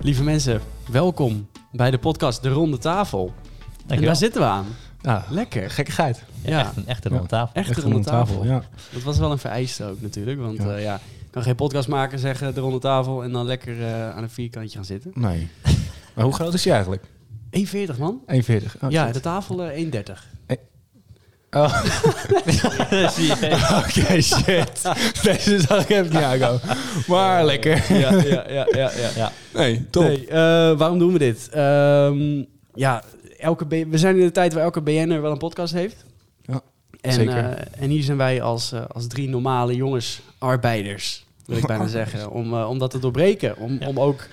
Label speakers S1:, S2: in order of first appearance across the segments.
S1: Lieve mensen, welkom bij de podcast De Ronde Tafel. en
S2: Dankjewel.
S1: daar zitten we aan.
S3: Ja,
S1: Lekker.
S3: gekkigheid.
S1: Ja,
S2: Echt een echte ronde tafel.
S1: echt,
S3: Echt
S1: De
S3: een
S1: Ronde Tafel.
S3: Ja.
S1: Dat was wel een vereiste ook natuurlijk, want
S3: Ja.
S1: eh, ja, ik kan geen podcast maken, zeggen De Ronde Tafel en dan lekker eh, aan een vierkantje gaan zitten.
S3: Nee. maar hoe groot is die eigenlijk?
S1: 1,40 man.
S3: 1,40. Oh,
S1: ja,
S3: shit.
S1: de tafel eh, 1,30.
S3: Oh,
S2: Zie je.
S3: Oké, shit. Deze zag ik even niet aankomen. Maar lekker.
S1: Ja, ja, ja, ja. ja.
S2: Ja,
S3: Nee, top.
S1: Nee, eh, waarom doen we dit? Ehm, ja, elke B- we zijn in de tijd waar elke BN'er wel een podcast heeft.
S3: Ja,
S1: en,
S3: zeker.
S1: eh, en hier zijn wij als, eh, als drie normale jongens, arbeiders, wil ik bijna zeggen. Om, eh, om dat te doorbreken. Om,
S2: Ja.
S1: om ook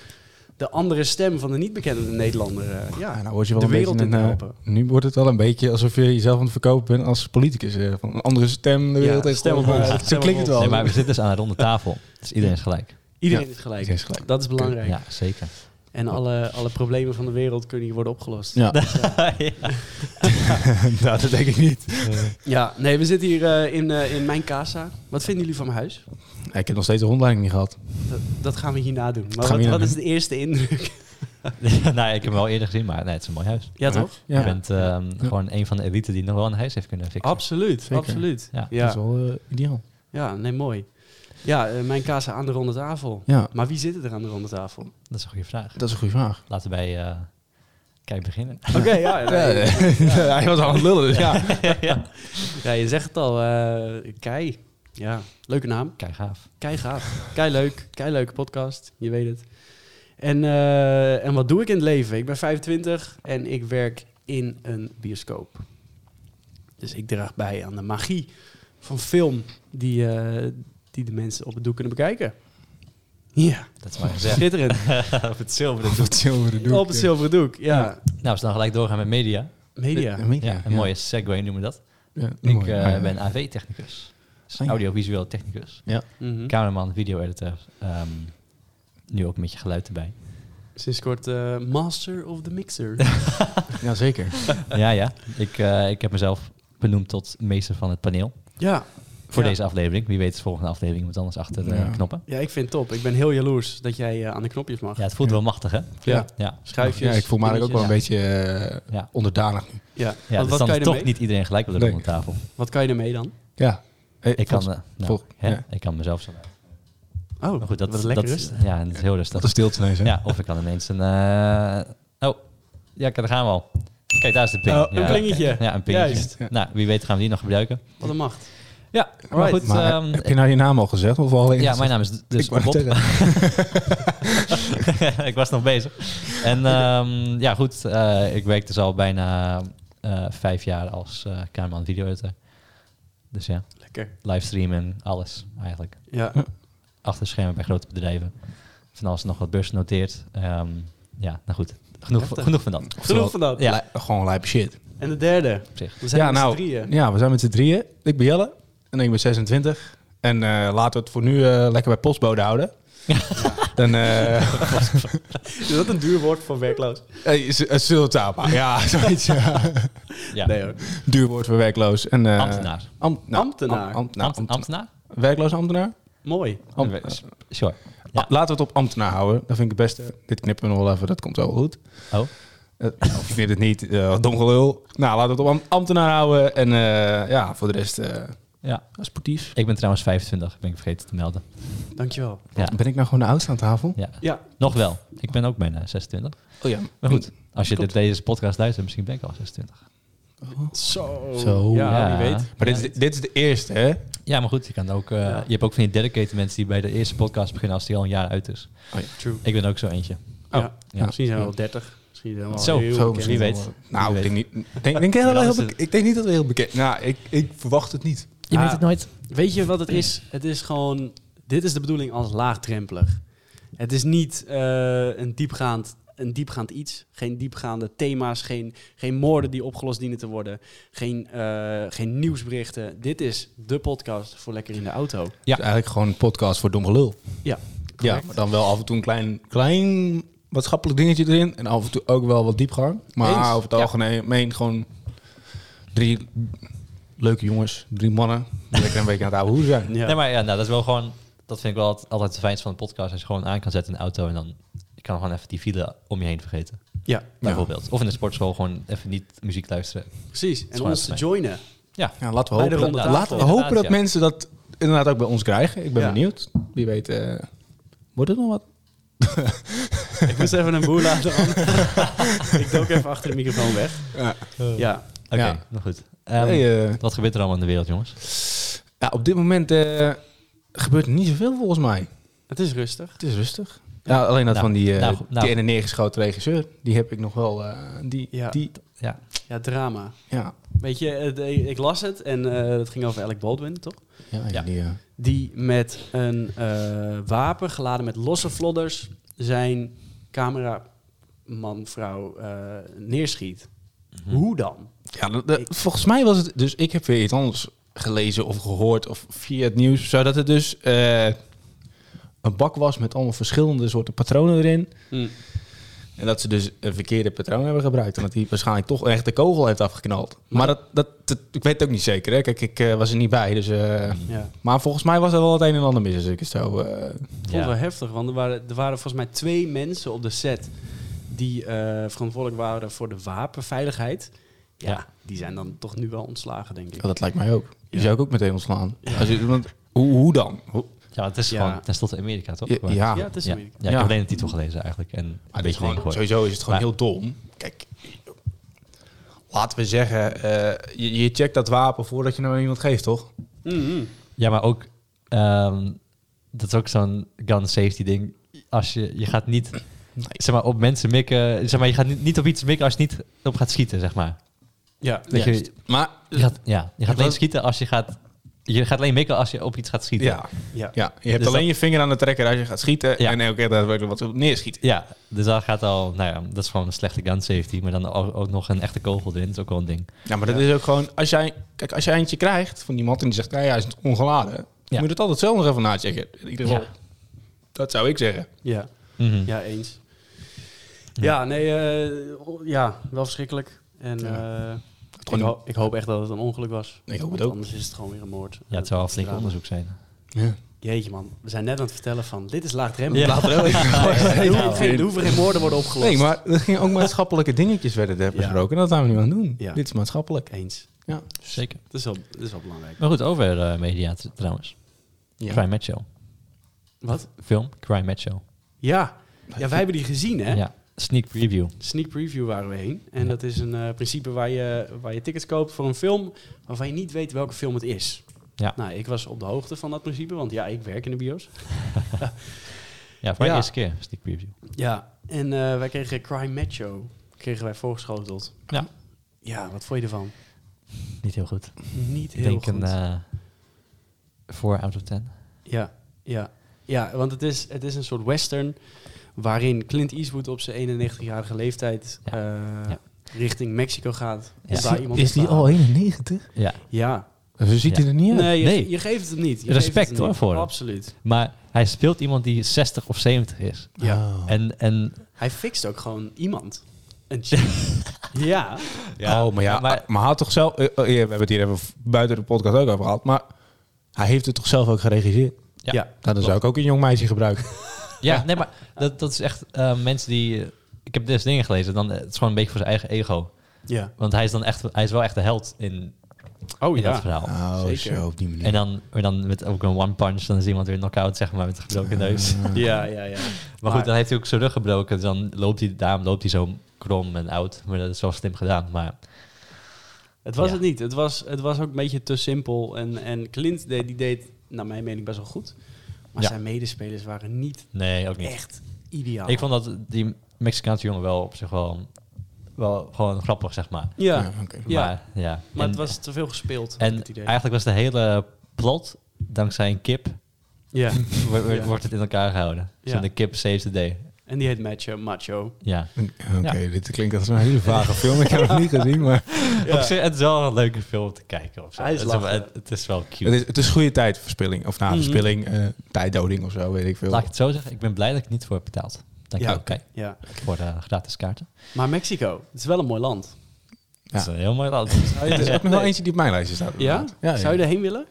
S1: de andere stem van de niet bekende Nederlander eh,
S3: Ja,
S1: ja,
S3: nou word je wel
S1: de
S3: een
S1: wereld in
S3: beetje
S1: te
S3: een, eh,
S1: helpen.
S3: nu wordt het wel een beetje alsof je jezelf aan het verkopen bent als politicus. eh, van een andere stem de wereld heeft
S1: stem op
S3: geholpen.
S1: ons,
S3: Ja,
S1: stem
S3: Zo
S1: op
S3: klinkt het
S1: ons.
S3: wel.
S2: nee, maar we zitten dus aan een ronde tafel. Dus iedereen is gelijk.
S1: Iedereen
S3: Ja,
S1: is gelijk.
S3: iedereen is gelijk.
S1: Dat is belangrijk.
S2: Ja, zeker.
S1: En alle, alle problemen van de wereld kunnen hier worden opgelost.
S3: Ja. nou, dat denk ik niet.
S1: Ja, nee, we zitten hier eh, in, eh, in mijn casa. Wat vinden jullie van mijn huis?
S3: Ik heb nog steeds de rondleiding niet gehad.
S1: Dat, dat gaan we hierna doen. Maar
S3: gaan we
S1: wat,
S3: hierna
S1: wat is de eerste indruk?
S2: nou, ik heb hem wel eerder gezien, maar nee, het is een mooi huis.
S1: Ja, toch?
S3: Ja,
S2: Je bent ehm, gewoon een van de elite die nog wel een huis heeft kunnen fixen.
S1: Absoluut,
S3: Zeker.
S1: absoluut. Ja.
S2: Ja.
S3: dat
S1: Ja.
S3: is wel eh, ideaal.
S1: nee, mooi. Ja, eh, mijn kaas aan de ronde tafel.
S3: Ja,
S1: Maar wie zitten er aan de ronde tafel?
S2: Dat is een goede vraag.
S3: dat is een goede vraag.
S2: Laten wij eh, kijk beginnen.
S1: Oké, ja, nee.
S3: Ja, Hij was al aan het lullen, dus ja.
S2: ja.
S1: Ja, je zegt het al. eh, Kei. Ja, leuke naam.
S2: Kijk, gaaf.
S1: Kei gaaf. Kei leuk. Kei leuke podcast. Je weet het. En, eh, en wat doe ik in het leven? Ik ben 25 en ik werk in een bioscoop. Dus ik draag bij aan de magie van film die, eh, die de mensen op het doek kunnen bekijken. Ja,
S2: Dat is maar gezegd.
S1: schitterend.
S2: Op het zilveren.
S3: Op het zilveren doek.
S1: Op het zilveren doek, ja.
S2: Nou, als we dan gelijk doorgaan met media.
S1: Media.
S2: Ja, een mooie segue noemen we dat.
S3: Ja,
S2: Ik
S3: mooi. Ah,
S2: eh,
S3: Ja, ja.
S2: ben AV-technicus. Dus
S3: Ah, ja.
S2: Audiovisueel technicus.
S1: Mhm.
S2: Cameraman, video-editor. ehm, nu ook met je geluid erbij.
S1: Sinds kort eh, master of the mixer.
S3: Ja, zeker.
S2: ja, ja. Ik, eh, ik heb mezelf benoemd tot meester van het paneel.
S1: ja.
S2: Voor
S1: Ja.
S2: deze aflevering. Wie weet, de volgende aflevering moet anders achter de
S3: Ja.
S2: knoppen.
S1: ja, ik vind het top. Ik ben heel jaloers dat jij eh, aan de knopjes mag.
S2: Ja, het voelt
S3: Ja.
S2: wel machtig, hè?
S1: Ja.
S2: Ja.
S1: Schuifjes.
S3: Ja, ik voel me eigenlijk ook wel een beetje eh,
S2: Ja.
S3: onderdanig nu.
S1: Ja,
S2: Ja,
S1: Want
S2: dus
S1: wat,
S2: dan
S1: kan
S2: is
S1: je
S2: toch
S1: ermee?
S2: niet iedereen gelijk op de
S3: Nee.
S2: ronde tafel.
S1: wat kan je ermee dan?
S3: Ja. Hey,
S2: Ik kan,
S3: volgens-
S2: eh, nou,
S3: volgens-
S2: hè,
S3: ja.
S2: ik kan mezelf zo.
S1: Oh,
S2: Maar Nou goed, dat
S1: wat
S2: is
S1: lekker
S2: dat,
S1: rustig.
S2: Ja, dat is heel
S3: Dat
S2: rustig.
S3: is stilte ineens, hè?
S2: Ja, of ik kan ineens een. eh, Oh, ja, kijk, daar gaan we al. Kijk, daar is de ping.
S1: Oh, een
S2: ja,
S1: plingetje.
S2: Ja, een pingetje.
S1: Juist.
S3: Ja.
S2: Nou, wie weet gaan we die nog gebruiken.
S1: Wat een macht.
S2: Ja, maar
S1: Alright.
S2: goed.
S3: Maar
S2: ehm,
S3: heb je nou je naam al gezegd? Of al
S2: ja, mijn naam is dus
S3: ik wou
S2: Bob.
S3: het zeggen.
S2: ik was nog bezig. En ehm, ja, goed. eh, ik werk dus al bijna eh, vijf jaar als eh cameraman video editor. Dus ja,
S1: Lekker.
S2: livestreamen, alles eigenlijk.
S1: Ja,
S2: Achter schermen bij grote bedrijven. Van alles en nog wat beurs noteert. Ehm, ja, nou goed. Genoeg,
S1: Heftig.
S2: genoeg van dat.
S1: genoeg van dat.
S2: Ja,
S3: Li- gewoon lijp shit.
S1: En de derde.
S2: op zich.
S1: We zijn
S3: ja,
S1: met z'n
S3: nou,
S1: drieën.
S3: ja, we zijn met z'n drieën. Ik ben Jelle en ik ben 26. En eh, laten we het voor nu eh, lekker bij postbode houden. Dan eh
S1: Is dat een duur woord voor werkloos?
S3: hey, z- eh, Zultapa. Ja, zoiets. ja.
S2: Ja.
S1: Nee hoor.
S3: Duur woord voor werkloos. En, eh,
S2: Ambtenaar.
S3: ambt- nou,
S1: Ambtenaar.
S3: am- ambtenaar,
S2: Ambt-
S3: ambtenaar.
S2: ambtenaar?
S3: Werkloos ambtenaar?
S1: Mooi.
S3: Ambt-
S2: Eh, s- Sure. Ja.
S3: Ah, Laten we het op ambtenaar houden. Dat vind ik het beste. Dit knippen we nog wel even. Dat komt wel goed.
S2: Oh,
S3: Eh, of je vindt het niet, eh dom gelul. Nou, laten we het op am- ambtenaar houden. En eh, ja, voor de rest eh,
S2: ja.
S3: sportief.
S2: Ik ben trouwens 25, ben ik vergeten te melden.
S1: Dankjewel.
S2: Ja,
S3: Ben ik nou gewoon de oudste aan tafel?
S2: ja.
S1: Ja,
S2: nog wel. Ik ben ook bijna 26.
S3: Oh ja.
S2: Maar goed, als je dit, deze podcast luistert, misschien ben ik al 26.
S1: zo.
S3: Zo.
S1: Ja,
S2: Ja.
S1: wie weet.
S3: Maar dit is, de- dit is de eerste, hè?
S2: Ja, maar goed, je, kan ook, eh,
S1: Ja.
S2: je hebt ook van die dedicated mensen die bij de eerste podcast beginnen als die al een jaar uit is.
S1: True.
S2: Ik ben ook zo eentje.
S1: Ja.
S2: Oh, ja.
S1: Misschien zijn we wel 30. Misschien zijn we wel
S2: Zo,
S1: heel
S3: Zo,
S1: bekend.
S3: misschien
S2: wie
S3: wel.
S2: weet.
S3: Nou,
S2: Wie
S3: ik denk, niet, denk, denk jij dat
S2: Ja,
S3: wij heel
S2: dat is
S3: beke- ik denk niet dat we heel bekend... Nou, ik, ik verwacht het niet.
S2: Je
S1: Ah.
S2: weet het nooit.
S1: Weet je wat het is? Het is gewoon... Dit is de bedoeling als laagdrempelig. Het is niet eh, een, diepgaand, een diepgaand iets. Geen diepgaande thema's. Geen, geen moorden die opgelost dienen te worden. Geen, eh, geen nieuwsberichten. Dit is de podcast voor lekker in de auto.
S3: Het is eigenlijk gewoon een podcast voor dom gelul.
S1: Ja,
S3: Ja, maar dan wel af en toe een klein, klein maatschappelijk dingetje erin. En af en toe ook wel wat diepgang. Maar
S1: Eens.
S3: over het
S1: Ja.
S3: algemeen gewoon drie leuke jongens, drie mannen. die Lekker een beetje aan het oude hoer zijn.
S1: Ja.
S2: Nee, maar ja, nou, dat is wel gewoon, dat vind ik wel altijd, altijd het fijnst van een podcast. Als je gewoon aan kan zetten in de auto en dan je kan gewoon even die file om je heen vergeten.
S1: Ja,
S2: Bijvoorbeeld. Of in de sportschool gewoon even niet muziek luisteren.
S1: precies. En
S2: Smart
S1: ons te
S2: mee.
S1: joinen.
S3: Ja, laten we
S1: Bij de
S3: hopen, dat,
S1: ronde
S2: tafel.
S3: laten we
S2: Inderdaad,
S3: hopen dat
S2: ja.
S3: mensen dat inderdaad ook bij ons krijgen. Ik ben
S1: Ja.
S3: benieuwd. Wie weet, eh, wordt het nog wat?
S1: Ik moest even een boer laten. want ik dook even achter de microfoon weg.
S3: Ja.
S1: Ja,
S2: Oké,
S3: Ja.
S2: nou goed. Ehm,
S3: Nee, eh,
S2: Wat gebeurt er allemaal in de wereld, jongens?
S3: ja, op dit moment eh, gebeurt er niet zoveel volgens mij.
S1: het is rustig.
S3: Het is rustig. Ja, alleen dat
S2: Nou,
S3: van die, eh
S2: nou, nou.
S3: die ene neergeschoten regisseur, die heb ik nog wel. eh, die,
S1: Ja.
S3: die,
S2: Ja.
S1: Ja, drama.
S3: ja.
S1: Weet je, het- ik las het en eh het ging over Alec Baldwin, toch?
S3: Ja,
S2: Ja.
S3: Die, eh,
S1: Die met een eh, wapen geladen met losse vlodders zijn cameraman, vrouw eh, neerschiet. Hoe dan?
S3: ja dat- dat- volgens mij was het. Dus ik heb weer iets anders gelezen of gehoord of via het nieuws. Zo dat het dus eh, een bak was met allemaal verschillende soorten patronen erin. En dat ze dus een verkeerde patroon hebben gebruikt. En dat hij waarschijnlijk toch echt de kogel heeft afgeknald. Maar dat, dat, dat- ik weet het ook niet zeker. Hè? Kijk, ik eh, was er niet bij. Dus, eh,
S1: Ja.
S3: maar volgens mij was er wel het een en ander mis. Als ik het zo... eh,
S1: Ik vond het wel heftig, want er waren, er waren volgens mij twee mensen op de set die eh, verantwoordelijk waren voor de wapenveiligheid. Ja,
S2: Ja.
S1: die zijn dan toch nu wel ontslagen, denk ik.
S3: ja, dat lijkt mij ook. Die
S1: Ja.
S3: zou ik ook meteen ontslaan. Als je, want, hoe, hoe dan? Hoe-
S2: Ja, want het is
S1: Ja.
S2: gewoon tenslotte Amerika, toch?
S3: ja,
S2: Waar-
S3: ja.
S1: Ja, het is
S2: ja.
S1: Amerika.
S2: Ja, ik
S3: Ja.
S2: heb alleen de titel gelezen eigenlijk. En een
S3: Maar het is
S2: beetje
S3: gewoon,
S2: ingegooid.
S3: sowieso is het gewoon
S2: Maar-
S3: heel dom. Kijk, laten we zeggen... eh, je, je checkt dat wapen voordat je nou aan iemand geeft, toch?
S1: Mhm.
S2: Ja, maar ook... ehm, dat is ook zo'n gun safety ding. Als je, je gaat niet zeg maar, op mensen mikken... Zeg maar, je gaat niet, niet op iets mikken als je niet op gaat schieten, zeg maar.
S1: Ja,
S2: Dat je,
S3: Juist. Maar...
S2: je gaat, ja, je gaat alleen
S3: Wat-
S2: schieten als je gaat... Je gaat alleen mikken als je op iets gaat schieten.
S3: Ja,
S1: ja.
S3: ja, je hebt
S2: Dus
S3: alleen je vinger aan de trekker als je gaat schieten.
S2: Ja.
S3: En elke keer daadwerkelijk wat neerschieten.
S2: Ja, dus dat gaat al... Nou ja, dat is gewoon een slechte gun safety. Maar dan ook, ook nog een echte kogel erin. Dat is ook wel een ding.
S3: Ja, maar dat is ook gewoon... Als jij, kijk, als je eentje krijgt van iemand en die zegt... Nou ja, hij is ongeladen. dan
S2: Ja.
S3: moet je het altijd zelf nog even nachecken. In ieder geval,
S2: Ja.
S3: dat zou ik zeggen.
S1: ja.
S2: Mhm.
S1: Ja, eens. Ja, nee, eh, o- ja, wel verschrikkelijk. En eh, ik,
S3: Gewoon-
S1: ho- ik hoop echt dat het een ongeluk was.
S3: Ik hoop
S1: Want
S3: het ook.
S1: Anders is het gewoon weer een moord.
S2: Ja, het zou wel flink onderzoek zijn.
S3: Ja.
S1: Jeetje man, we zijn net aan het vertellen van, dit is laagdrempelig.
S2: Ja.
S1: Ja. Er, hoeven geen, er hoeven geen moorden worden opgelost.
S3: Nee, maar er gingen ook maatschappelijke dingetjes werden er
S1: Ja.
S3: besproken. Dat gaan we nu aan het doen.
S1: Ja.
S3: Dit is maatschappelijk.
S1: Eens.
S3: Ja.
S2: Zeker.
S1: Dat is wel, dat is wel belangrijk.
S2: Maar goed, over eh, media t- trouwens.
S3: Ja.
S2: Crime Match Show.
S1: Wat?
S2: Film Crime Match Show.
S1: Ja. ja, wij hebben die gezien hè.
S2: Ja. Sneak preview.
S1: Sneak preview waren we heen. En
S2: Ja.
S1: dat is een eh, principe waar je, waar je tickets koopt voor een film waarvan je niet weet welke film het is.
S2: Ja.
S1: Nou, ik was op de hoogte van dat principe, want ja, ik werk in de bios.
S2: Ja, voor
S1: Ja.
S2: de eerste keer sneak preview.
S1: Ja, en eh, wij kregen Crime Macho, kregen wij voorgeschoteld.
S2: Ja.
S1: Ja, wat vond je ervan?
S2: Niet heel goed.
S1: Niet
S2: Ik
S1: heel
S2: denk
S1: goed.
S2: een eh, 4 out of 10.
S1: ja, ja, ja, want het is, het is een soort western waarin Clint Eastwood op zijn 91-jarige leeftijd
S2: Ja.
S1: eh,
S2: Ja.
S1: richting Mexico gaat. om
S2: Is
S1: daar iemand op te halen.
S3: 91?
S2: Ja.
S1: Ja.
S3: Zo ziet hij er niet uit.
S1: Nee, je,
S2: Nee.
S1: je geeft het hem niet. Je geeft
S2: Respect,
S1: het hem
S2: hoor,
S1: niet.
S2: voor hem.
S1: Absoluut.
S2: Maar hij speelt iemand die 60 of 70 is.
S1: Ja.
S3: Oh.
S2: En, en
S1: Hij fixt ook gewoon iemand. Een chick. ja.
S3: oh, maar ja, maar,
S2: maar-
S3: hij had toch zelf... eh, eh, we hebben het hier even v- buiten de podcast ook over gehad. Maar hij heeft het toch zelf ook geregisseerd?
S1: ja.
S2: Ja.
S3: Nou, dan zou ik ook een jong meisje gebruiken.
S2: ja, nee, maar dat, dat is echt eh, mensen die... ik heb deze dingen gelezen. Dan, eh, het is gewoon een beetje voor zijn eigen ego.
S1: Ja.
S2: Want hij is, dan echt, hij is wel echt de held in,
S1: Oh
S2: in dat
S1: ja.
S2: verhaal.
S1: zeker.
S3: op die manier.
S2: En dan, maar dan met ook een one punch, dan is iemand weer knock-out, zeg maar, met een gebroken neus.
S1: Ja, ja, ja.
S2: Maar goed, dan heeft hij ook zijn rug gebroken. Dus dan loopt hij, daarom loopt hij zo krom en oud. Maar dat is wel slim gedaan. Maar
S1: Het was
S2: Ja.
S1: het niet. Het was, het was ook een beetje te simpel. En, en Clint deed, die deed, naar mijn mening, best wel goed. Maar
S2: Ja.
S1: zijn medespelers waren niet
S2: nee, ook niet.
S1: echt ideaal.
S3: nou.
S2: Ik vond dat die Mexicaanse jongen wel op zich wel, wel gewoon grappig, zeg maar.
S1: ja.
S3: Ja, oké.
S1: Ja.
S2: Maar, ja.
S1: maar
S2: en,
S1: het was te veel gespeeld. had ik
S2: en
S1: het idee.
S2: eigenlijk was de hele plot, dankzij een kip,
S1: ja.
S2: wo- wo-
S1: Ja.
S2: wordt het in elkaar gehouden.
S1: Ja.
S2: Dus de kip saves the day.
S1: En die heet Macho. Macho.
S2: Ja.
S3: Oké, dit klinkt als een hele vage film. Ik heb hem niet gezien, maar...
S2: Op zich, het is wel een leuke film om te kijken. Of zo.
S1: Hij is
S2: het, is wel,
S1: lachen.
S2: het, het is wel cute.
S3: Het is, het is goede tijdverspilling. Of na
S1: Mhm.
S3: verspilling, eh, tijddoding of zo, weet ik veel.
S2: Laat ik het zo zeggen, ik ben blij dat ik er niet voor heb betaald. Dank
S1: Ja.
S2: je wel, Kai,
S1: Ja.
S2: voor de gratis kaarten.
S1: Maar Mexico. Het is wel een mooi land.
S3: Ja.
S2: Dat is een heel mooi land.
S3: Er is ook nog wel eentje die op mijn lijstje staat.
S1: Ja?
S3: inderdaad. ja, Ah,
S1: Zou je erheen willen?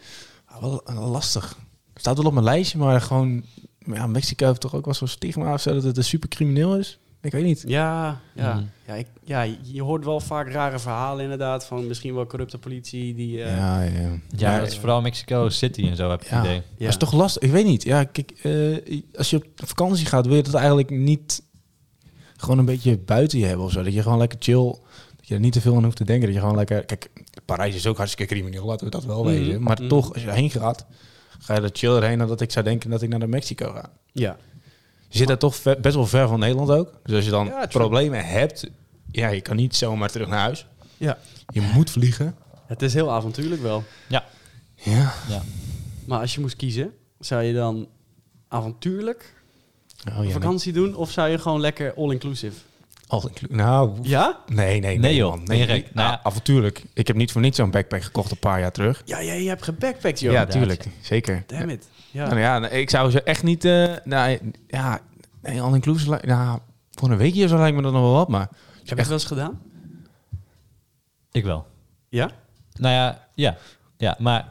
S3: ja. Wel eh, lastig. Staat wel op mijn lijstje, maar gewoon maar ja, Mexico heeft toch ook wel zo'n stigma of zo dat het een supercrimineel is? Ik weet niet.
S1: Ja, ja.
S2: Mhm.
S1: Ja, ik, ja, je hoort wel vaak rare verhalen inderdaad van misschien wel corrupte politie die... eh,
S3: Ja, ja.
S2: Ja,
S3: Maar-
S2: dat is vooral Mexico City en zo heb ik
S3: Ja.
S2: het idee.
S1: ja.
S3: Dat is toch lastig? Ik weet niet. Ja, kijk, eh, als je op vakantie gaat, wil je dat eigenlijk niet gewoon een beetje buiten je hebben of zo. Dat je gewoon lekker chill, dat je er niet te veel aan hoeft te denken. Dat je gewoon lekker... Kijk, Parijs is ook hartstikke crimineel, laten we dat wel
S1: Mhm.
S3: weten. Maar
S1: Mhm.
S3: toch, als je daarheen gaat, ga je er chiller heen dan dat ik zou denken dat ik naar de Mexico ga.
S1: Ja.
S3: Je zit daar toch ver- best wel ver van Nederland ook. Dus als je dan
S1: Ja, true.
S3: problemen hebt, ja, je kan niet zomaar terug naar huis.
S1: Ja.
S3: Je moet vliegen.
S1: Het is heel avontuurlijk wel.
S3: Ja.
S1: Maar als je moest kiezen, zou je dan avontuurlijk
S3: Oh, ja nee.
S1: vakantie doen of zou je gewoon lekker all-inclusive?
S3: All inclu- nou,
S1: Ja?
S3: Nee, nee,
S2: Nee,
S3: nee,
S2: joh.
S3: man. Nee,
S2: Nee,
S3: ik-
S2: nou
S3: ah,
S2: ja.
S3: avontuurlijk. Ik heb niet voor niets zo'n backpack gekocht een paar jaar terug.
S1: Ja, jij hebt gebackpackt, joh.
S3: ja,
S2: inderdaad.
S3: tuurlijk. Zeker.
S1: Damn it. Ja.
S3: Nou, ja, nee, ik zou ze echt niet... eh nou, ja, nee, all-inclusive... li- Nou, voor een weekje of zo lijkt me dat nog wel wat, maar...
S1: Heb je het wel eens gedaan?
S2: Ik wel.
S1: Ja?
S2: Nou ja, ja. Ja, maar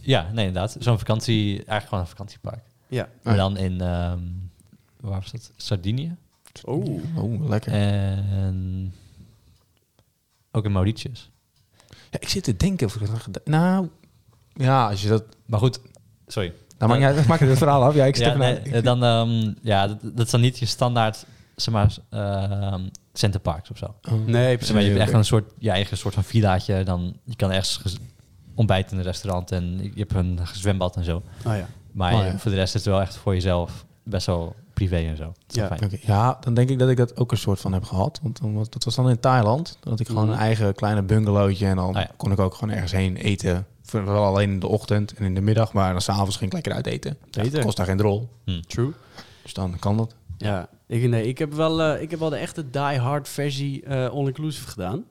S2: ja, nee, inderdaad. Zo'n vakantie, eigenlijk gewoon een vakantiepark.
S1: Ja.
S2: Maar dan in, ehm, waar was dat? Sardinië.
S1: Oh.
S3: Oh, lekker.
S2: En ook in Mauritius.
S3: Ja, ik zit te denken of ik dat had gedaan- Nou, ja, als je dat...
S2: Maar goed, sorry.
S3: Nou, maakt niet uit, ik maak het verhaal af. Ja, ik zit
S2: Ja,
S3: even naar-
S2: nee, eh, dan, ehm, ja, dat, dat is dan niet je standaard, zeg maar, ehm Center Parks of zo.
S3: Oh.
S1: Nee,
S2: Zeg
S1: precies.
S2: maar, je hebt
S3: oké.
S2: echt een soort, je eigen soort van villaatje. Dan, je kan ergens gez- ontbijten in een restaurant en je hebt een zwembad en zo.
S1: Oh ja.
S2: Maar
S3: Oh, ja.
S2: eh, voor de rest is het wel echt voor jezelf best wel privé en zo. Dat is wel
S1: Ja.
S2: fijn.
S3: Oké, Ja, dan denk ik dat ik dat ook een soort van heb gehad. Want dan was- dat was dan in Thailand. Dat ik gewoon
S1: Mhm.
S3: een eigen kleine bungalowtje. En dan
S2: Ah, ja.
S3: kon ik ook gewoon ergens heen eten. Voor- Wel alleen in de ochtend en in de middag. Maar dan s'avonds ging ik lekker uit eten. Ja,
S1: Beter.
S3: dat kost daar geen drol.
S1: True.
S3: Dus dan kan dat.
S1: Ja, ik, nee, ik, heb wel, eh, ik heb wel de echte die-hard versie eh all-inclusive gedaan.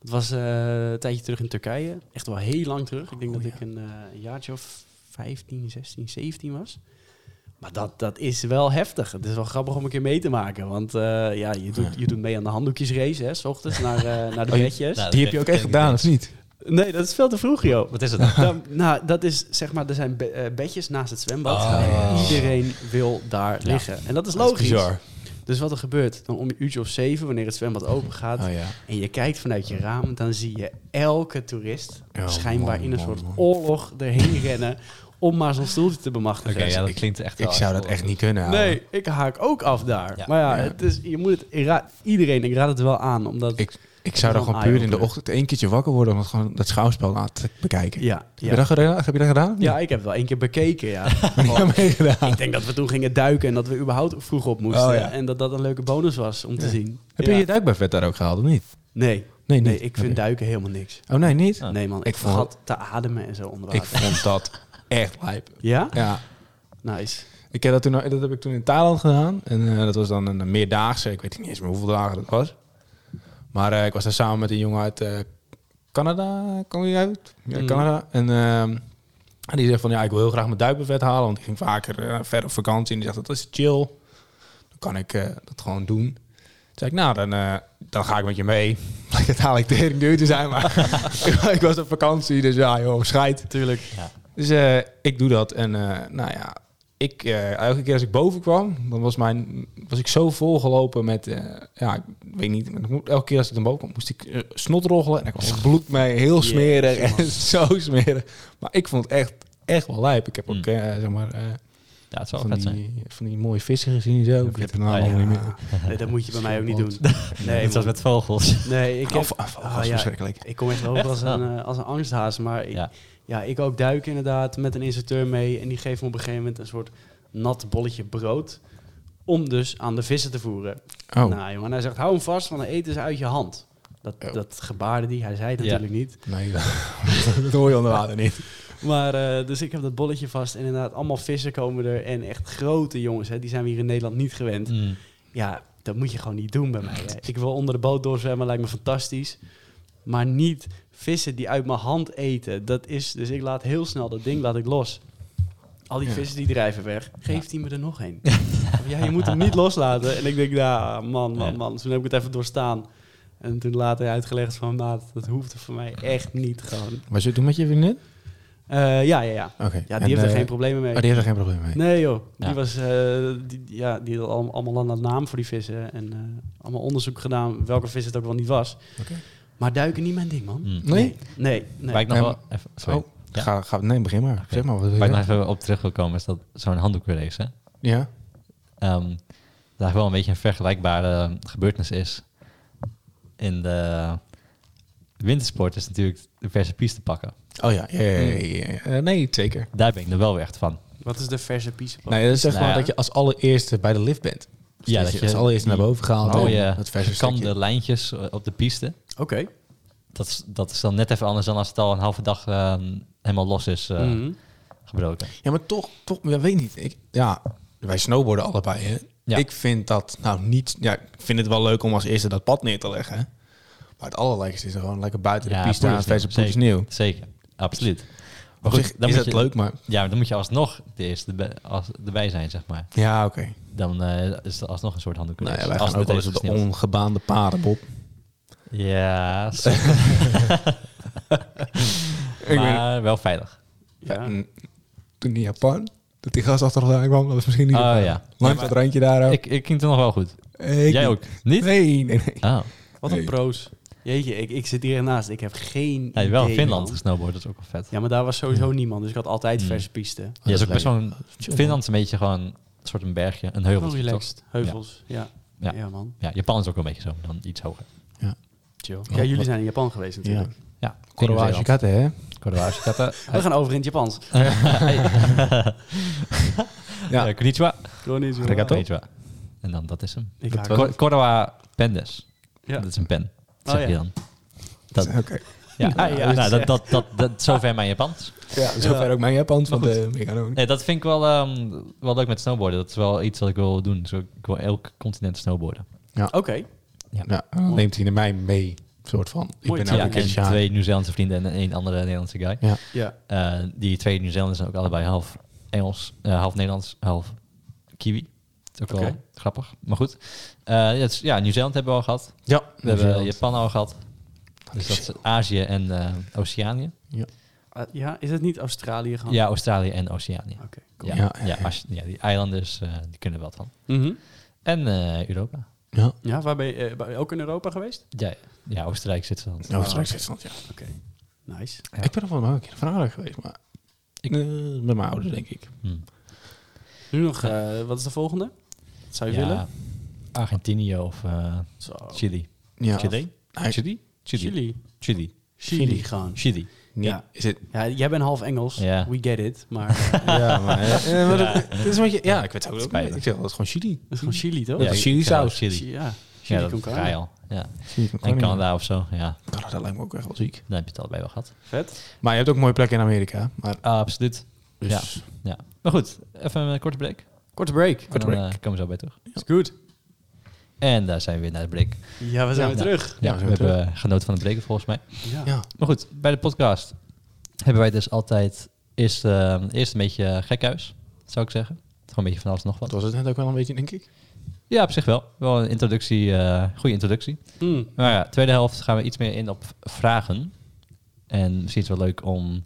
S1: Dat was eh, een tijdje terug in Turkije. Echt wel heel lang terug. Ik denk
S3: Oh,
S1: dat
S3: ja.
S1: ik een eh, jaartje of 15, 16, 17 was. Maar dat, dat is wel heftig. Het is wel grappig om een keer mee te maken. Want eh, ja, je doet,
S3: Ja.
S1: je doet mee aan de handdoekjesrace, hè, s ochtends naar, eh, naar de
S3: Oh, je-
S1: bedjes.
S2: Nou, dat
S3: Die heb je ook
S2: ken-
S3: echt
S2: ken ik
S3: gedaan,
S2: niet.
S3: of niet?
S1: Nee, dat is veel te vroeg, joh.
S2: Wat is het dan?
S1: Dan- nou, dat is zeg maar, er zijn be- eh, bedjes naast het zwembad.
S2: Oh.
S1: En iedereen wil daar
S2: Ja.
S1: liggen. En dat is
S3: Dat is
S1: logisch.
S3: bizar.
S1: Dus wat er gebeurt, dan om een uurtje of zeven, wanneer het zwembad open gaat,
S3: Oh, ja.
S1: en je kijkt vanuit je raam, dan zie je elke toerist
S3: Ja,
S1: schijnbaar
S3: man,
S1: in een
S3: man,
S1: soort
S3: man.
S1: oorlog erheen rennen om maar zo'n stoeltje te bemachtigen. Dus
S2: Oké, ja, dat klinkt echt
S3: Ik
S2: wel
S3: zou dat echt niet kunnen. ouwe.
S1: Nee, ik haak ook af daar.
S2: Ja.
S1: Maar ja,
S3: Ja.
S1: het is, je moet het, ik raad- iedereen, ik raad het wel aan, omdat...
S3: Ik, ik zou dan
S1: wel
S3: gewoon
S1: een
S3: puur in de
S1: eye-opener.
S3: ochtend één keertje wakker worden. Om het gewoon dat schouwspel aan te bekijken.
S1: ja,
S3: Heb, je
S1: ja.
S3: dat gedaan? heb je dat gedaan?
S1: ja, ik heb het wel één keer bekeken, ja.
S3: Ja, meegedaan.
S1: ik denk dat we toen gingen duiken en dat we überhaupt vroeg op moesten.
S3: Oh, ja.
S1: En dat dat een leuke bonus was om te zien.
S3: Heb
S1: Ja.
S3: je je duikbuffet daar ook gehaald, of niet?
S1: Nee,
S3: Nee,
S1: nee,
S3: niet.
S1: ik vind
S3: Oké.
S1: duiken helemaal niks.
S3: Oh, nee, niet?
S2: Ah.
S1: Nee man, ik,
S3: Ik vond-
S1: vergat te ademen en zo onder
S3: Ik
S1: water.
S3: vond dat echt lijp.
S1: Ja?
S3: Ja,
S1: Nice.
S3: ik heb dat, toen, dat heb ik toen in Thailand gedaan. En eh, dat was dan een, meerdaagse. Ik weet niet eens meer hoeveel dagen dat was. Maar eh, ik was daar samen met een jongen uit eh, Canada. Kom je uit? Ja,
S1: Mm.
S3: Canada. En ehm, en die zegt van, ja, ik wil heel graag mijn duikbevet halen. Want ik ging vaker eh, ver op vakantie. En die zegt, dat is chill. Dan kan ik eh, dat gewoon doen. Toen zei ik, nou, dan, eh, dan ga ik met je mee. Het haal ik tering duur te zijn, maar ik was op vakantie. Dus ja, joh, scheid.
S1: Tuurlijk.
S3: Dus eh, ik doe dat. En eh, nou ja, ik, eh, elke keer als ik boven kwam, dan was, mijn, was ik zo volgelopen met... eh, ja, ik weet niet. maar ik moet- Elke keer als ik dan boven kwam, moest ik eh, snot roggelen. En dan kwam het bloed mee. Heel smerig.
S1: Jezus, man.
S3: en zo smerig. Maar ik vond het echt, echt wel lijp. Ik heb ook,
S1: Mm.
S3: eh, zeg maar... eh,
S2: Ja, het zou wel
S3: van,
S2: vet zijn.
S3: die, van die mooie vissen gezien zo. Ik
S2: flip-
S3: weet de naam
S2: ah, ja.
S3: allemaal niet meer.
S1: Nee, dat moet je bij mij ook niet doen. Nee,
S2: Net zoals
S1: man.
S2: met vogels.
S1: nee ik, heb,
S3: Of- of- of-
S1: Ah,
S3: was
S1: ja.
S3: verschrikkelijk.
S1: ik kom echt over als een, eh, als een angsthaas. Maar ik, ja.
S2: Ja.
S1: ik ook duiken inderdaad met een instructeur mee. En die geeft me op een gegeven moment een soort nat bolletje brood. Om dus aan de vissen te voeren.
S3: Oh,
S1: Nou jongen, en hij zegt hou hem vast, want dan eten ze uit je hand. Dat,
S3: Oh.
S1: dat gebaarde die, hij zei het
S2: Ja.
S1: natuurlijk niet.
S3: nee. dat dat hoor je onder water niet.
S1: Maar eh, dus ik heb dat bolletje vast. En inderdaad, allemaal vissen komen er. En echt grote jongens, hè, die zijn we hier in Nederland niet gewend.
S2: Mm.
S1: Ja, dat moet je gewoon niet doen bij mij. hè. Ik wil onder de boot doorzwemmen, lijkt me fantastisch. Maar niet vissen die uit mijn hand eten. Dat is, dus ik laat heel snel dat ding laat ik los. Al die
S3: Ja.
S1: vissen die drijven weg. Geeft hij me er nog een? Of ja, je moet hem niet loslaten. En ik denk, nou, man, man,
S2: Ja.
S1: man. Toen heb ik het even doorstaan. En toen later uitgelegd van, maat, dat hoeft er voor mij echt niet gewoon.
S3: Was je toen met je vriendin?
S1: Eh, ja, ja, ja.
S3: Oké.
S1: Ja,
S3: En,
S1: die heeft er
S3: eh,
S1: geen problemen mee.
S3: oh, die heeft er geen probleem mee.
S1: Nee joh, die
S2: Ja.
S1: was, eh, die, ja, die had al- allemaal aan de naam voor die vissen en eh, allemaal onderzoek gedaan welke vis het ook wel niet was.
S3: Oké.
S1: Maar duiken niet mijn ding man.
S2: Mm.
S3: Nee?
S1: Nee, nee.
S2: Waar ik nog
S3: Nee,
S2: wel even, sorry.
S3: Oh,
S2: Ja.
S3: Ga, ga, nee, begin maar. Zeg maar. Wat wil
S2: Waar ik
S3: je?
S2: nog even op terug wil komen is dat zo'n handdoekenrace, hè?
S3: Ja.
S2: ehm, daar wel een beetje een vergelijkbare eh, gebeurtenis is. In de wintersport is natuurlijk de verse piste pakken.
S3: Oh ja. ja, ja, ja, ja, ja. Eh, nee, zeker.
S2: Daar ben ik er wel weer echt van.
S1: Wat is de verse piezenpap?
S3: Nee, dat is zeg
S2: Nou
S3: maar
S2: ja.
S3: dat je als allereerste bij de lift bent.
S2: Ja,
S3: Dus dat,
S2: dat
S3: je
S2: je
S3: als allereerste naar
S2: die
S3: boven gehaald
S2: Oh
S3: en
S2: ja,
S3: het verse
S2: gekande
S3: stukje.
S2: lijntjes eh, op de piste.
S1: Oké.
S2: Dat is, dat is dan net even anders dan als het al een halve dag ehm, helemaal los is eh,
S3: Mm.
S1: Mhm.
S2: gebroken.
S3: Ja, maar toch, toch ja, weet niet. Ik, ja, wij snowboarden allebei. Hè?
S2: Ja.
S3: Ik vind dat nou niet... Ja, ik vind het wel leuk om als eerste dat pad neer te leggen. Maar het allerleukste is gewoon lekker buiten de
S2: Ja,
S3: piste aan het
S2: poedersneeuw,
S3: verse poeder
S2: zeker.
S3: sneeuw.
S2: Zeker, absoluut. Maar
S3: Op
S2: goed,
S3: zich
S2: dan
S3: is
S2: moet
S3: het
S2: je-
S3: leuk, maar...
S2: Ja, maar dan moet je alsnog de eerste be- als, erbij zijn, zeg maar.
S3: Ja, oké.
S2: Dan eh, is het alsnog een soort handdoeken.
S3: Nou ja, wij gaan ook wel eens op de ongebaande paden, Bob.
S2: Ja,
S3: ben-
S2: maar wel veilig.
S1: Ja.
S3: Mm. Toen in Japan, dat die gast achter ons aankwam, dat was misschien niet...
S2: Oh,
S3: Japan.
S2: ja.
S3: Langs dat randje daar ook.
S2: Ik, ik ging het nog wel goed.
S3: Eh, ik
S2: Jij
S3: niet.
S2: ook? Niet?
S3: Nee, nee, nee.
S2: Ah,
S1: Wat een
S3: Nee.
S1: pro's. Jeetje, ik, ik zit hier ernaast. Ik heb geen
S2: ja, wel in
S1: idee,
S2: Finland
S1: man.
S2: Hmm. gesnowboard, dat is ook wel vet. Ja,
S1: Ja, maar daar was sowieso niemand, dus ik had altijd
S2: Mm.
S1: verse piste.
S2: dat is ook
S3: leuk.
S2: best wel een... Finland is een beetje gewoon een soort een bergje, een heuvel.
S1: Gewoon relaxed. Heuvels, ja. Ja,
S2: Ja.
S1: man.
S2: Ja, Japan is ook wel een beetje zo, dan iets hoger.
S1: Chill.
S3: Ja,
S1: Ja, jullie
S3: wat-
S1: zijn in Japan geweest natuurlijk.
S2: Ja,
S3: Korawasje katten, hè?
S2: Korawasje katten.
S1: We gaan over in het Japans.
S3: Ja.
S2: Ja, konnichiwa.
S1: Gewoon eens, hoor.
S3: Arigato.
S2: Konnichiwa. En dan, dat is hem.
S1: Ik
S3: Dat
S1: haak
S3: was-
S1: af.
S2: Ko- Korawa pendes.
S1: Ja.
S2: Dat is een pen, zeg
S1: ja.
S2: je dan. Dat,
S3: Oké.
S2: ja,
S1: Ja, ja,
S2: nou, dat,
S1: zeg.
S2: dat, dat, dat, zover mijn Japans.
S3: Ja, zover ook mijn Japans, want eh, ik ga doen.
S2: Nee, dat vind ik wel, ehm, wel leuk met snowboarden. Dat is wel iets wat ik wil doen. Dus ik ik wil elk continent snowboarden.
S1: Oké.
S3: Ja, dan neemt hij naar mij mee, soort van. Ik
S1: Mooi
S3: ben
S1: team.
S3: nou
S2: ja,
S3: een
S2: en
S3: keer Sjaak.
S2: twee Nieuw-Zeelandse vrienden en één andere Nederlandse guy.
S3: Ja.
S1: Ja.
S2: Eh, die twee Nieuw-Zeelanders zijn ook allebei half Engels, eh, half Nederlands, half Kiwi. Dat is ook
S1: Oké.
S2: wel grappig, maar goed. Eh, ja, het is- ja, Nieuw-Zeeland hebben we al gehad.
S3: Ja,
S2: We hebben Japan al gehad. Dus dat is Azië en eh, Oceanië.
S1: Eh, ja, is het niet Australië gewoon?
S2: Ja, Australië en Oceanië.
S1: Oh. Oké, cool.
S2: Ja,
S3: Ja,
S2: ja,
S3: ja, ja.
S2: als je- ja, die eilanders eh, die kunnen wat van.
S1: Mhm.
S2: En eh, Europa.
S3: Ja,
S1: Ja, waar ben je, eh, ben je ook in Europa geweest?
S2: Ja, ja Oostenrijk, Zwitserland.
S3: ja Oostenrijk, Zwitserland, ja.
S1: Oké. Nice.
S2: Ja.
S3: Ik ben er volgens mij ook een keer naar Frankrijk geweest, maar... Ik, met mijn ouders, denk ik.
S2: Hmm.
S1: Nu nog, eh, wat is de volgende? Wat zou je
S2: Ja,
S1: willen?
S2: Argentinië of eh,
S1: Zo.
S2: Chili.
S3: Ja.
S2: Chili?
S3: Nee,
S2: Chili? Chili.
S1: Chili.
S2: Chili.
S1: Chili gaan.
S2: Chili.
S3: niet-
S1: Ja.
S3: Is het...
S1: Ja, jij bent half Engels.
S2: Ja.
S1: We get it. Maar eh,
S3: Ja, maar... eh, maar dat- Het is een beetje... Ja, ik weet het ook niet.
S2: Spijtig.
S3: Ik zeg, dat is gewoon Chili.
S1: dat is gewoon Chili, toch?
S3: Ja,
S2: ik-
S3: chili
S2: ik ken wel
S3: saus.
S2: Chili.
S1: Ja.
S2: Ja,
S1: Chili
S2: dat
S1: con
S2: ga je
S1: carne.
S2: al. Ja.
S3: Chili con
S2: En
S3: carne.
S2: Canada of zo. Ja,
S3: Canada lijkt me ook echt wel ziek.
S2: dan heb je het al bij wel gehad.
S1: Vet.
S3: Maar je hebt ook mooie plekken in Amerika. Maar...
S2: Ah, absoluut.
S3: Dus, ja.
S2: Ja. Maar goed, even een korte break.
S1: Korte break.
S2: En dan eh, komen we zo bij terug.
S1: Is goed.
S2: En daar zijn we weer naar de break.
S1: Ja, we zijn
S2: Ja.
S1: weer terug.
S2: Ja,
S3: zijn
S2: we
S3: weer
S2: hebben eh, genoten van de break volgens mij.
S1: Ja.
S3: Ja.
S2: Maar goed, bij de podcast hebben wij dus altijd eerst, eh, eerst een beetje gekhuis, zou ik zeggen. Gewoon een beetje van alles en nog
S3: Dat
S2: wat.
S3: was het net ook wel een beetje, denk ik.
S2: Ja, op zich wel. Wel een introductie, eh, goede introductie.
S1: Mm.
S2: Maar ja, tweede helft gaan we iets meer in op v- vragen. En misschien is het wel leuk om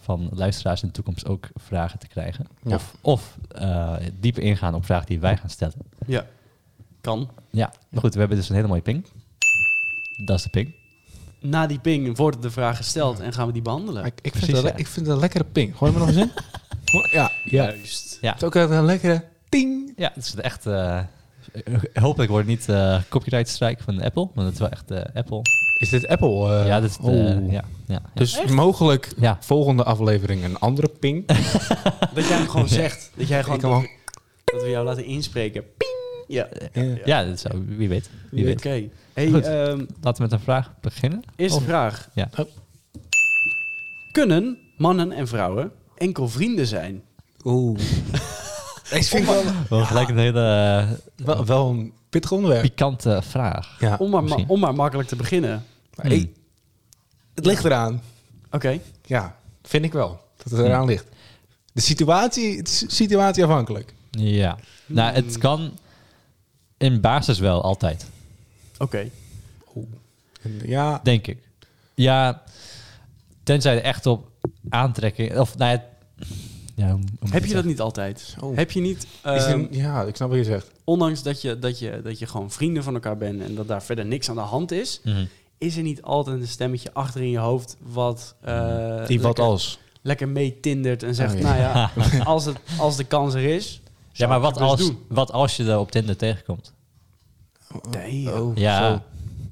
S2: van luisteraars in de toekomst ook vragen te krijgen.
S3: Ja.
S2: Of, of eh, dieper ingaan op vragen die wij gaan stellen.
S1: Ja. Kan.
S2: Ja, maar goed, we hebben dus een hele mooie ping. Dat is de ping.
S1: Na die ping wordt de vraag gesteld en gaan we die behandelen.
S3: Ik, ik,
S2: Precies,
S3: vind dat,
S2: ja.
S3: ik vind dat een lekkere ping. Gooi me nog eens in. Hoor- ja, ja. Het
S1: Juist.
S2: Ja,
S3: is ook echt een lekkere ting.
S2: ja het is echt... eh, hopelijk wordt het niet eh copyright strike van Apple. Want het is wel echt eh, Apple.
S3: Is dit Apple? eh,
S2: ja, dat is de,
S3: oh.
S2: ja, ja, ja.
S3: Dus mogelijk
S2: Ja.
S3: volgende aflevering een andere ping.
S1: Dat jij hem gewoon zegt. Dat jij
S3: Ik
S1: gewoon
S3: kan wel-
S1: dat we jou laten inspreken. Ping. Ja.
S3: Eh,
S2: Ja, dat zou, wie weet. Wie
S1: Oké.
S2: weet.
S1: Hey,
S2: Goed.
S1: ehm,
S2: Laten we met een vraag beginnen.
S1: eerste
S2: Of-
S1: vraag.
S2: Ja.
S3: Oh.
S1: Kunnen mannen en vrouwen enkel vrienden zijn?
S3: Oeh. ik vind wel,
S2: Wel gelijk een hele eh,
S3: wel, wel een pittig onderwerp.
S2: pikante vraag.
S3: Ja.
S1: om, maar ma-
S2: misschien.
S1: om maar makkelijk te beginnen.
S3: maar ik- het ligt eraan.
S1: Oké.
S3: Ja, vind ik wel. Dat het eraan ligt. De situatie, het is situatieafhankelijk.
S2: Ja. Nou, het kan in basis wel altijd,
S1: Oké.
S3: En Ja,
S2: denk ik. Ja, tenzij er echt op aantrekking. Of nou ja, ja, hoe- hoe moet ik
S1: Heb
S2: het
S1: je dat niet altijd?
S3: Zo.
S1: Heb je niet,
S3: Is
S1: ehm,
S3: een- ja, ik snap wat je zegt.
S1: ondanks dat je, dat, je, dat je gewoon vrienden van elkaar bent en dat daar verder niks aan de hand is,
S2: zeggen? Mhm.
S1: is er niet altijd een stemmetje achter in je hoofd wat, eh,
S3: Mm. Die wat
S1: lekker,
S3: als.
S1: lekker mee tindert en zegt,
S3: Oh,
S1: nou
S2: ja.
S1: ja, als, het, als de kans er is,
S2: Ja, maar wat
S1: het dus
S2: als,
S1: doen?
S2: wat als je er op Tinder tegenkomt?
S1: Damn.
S3: Oh,
S2: Ja.
S3: zo.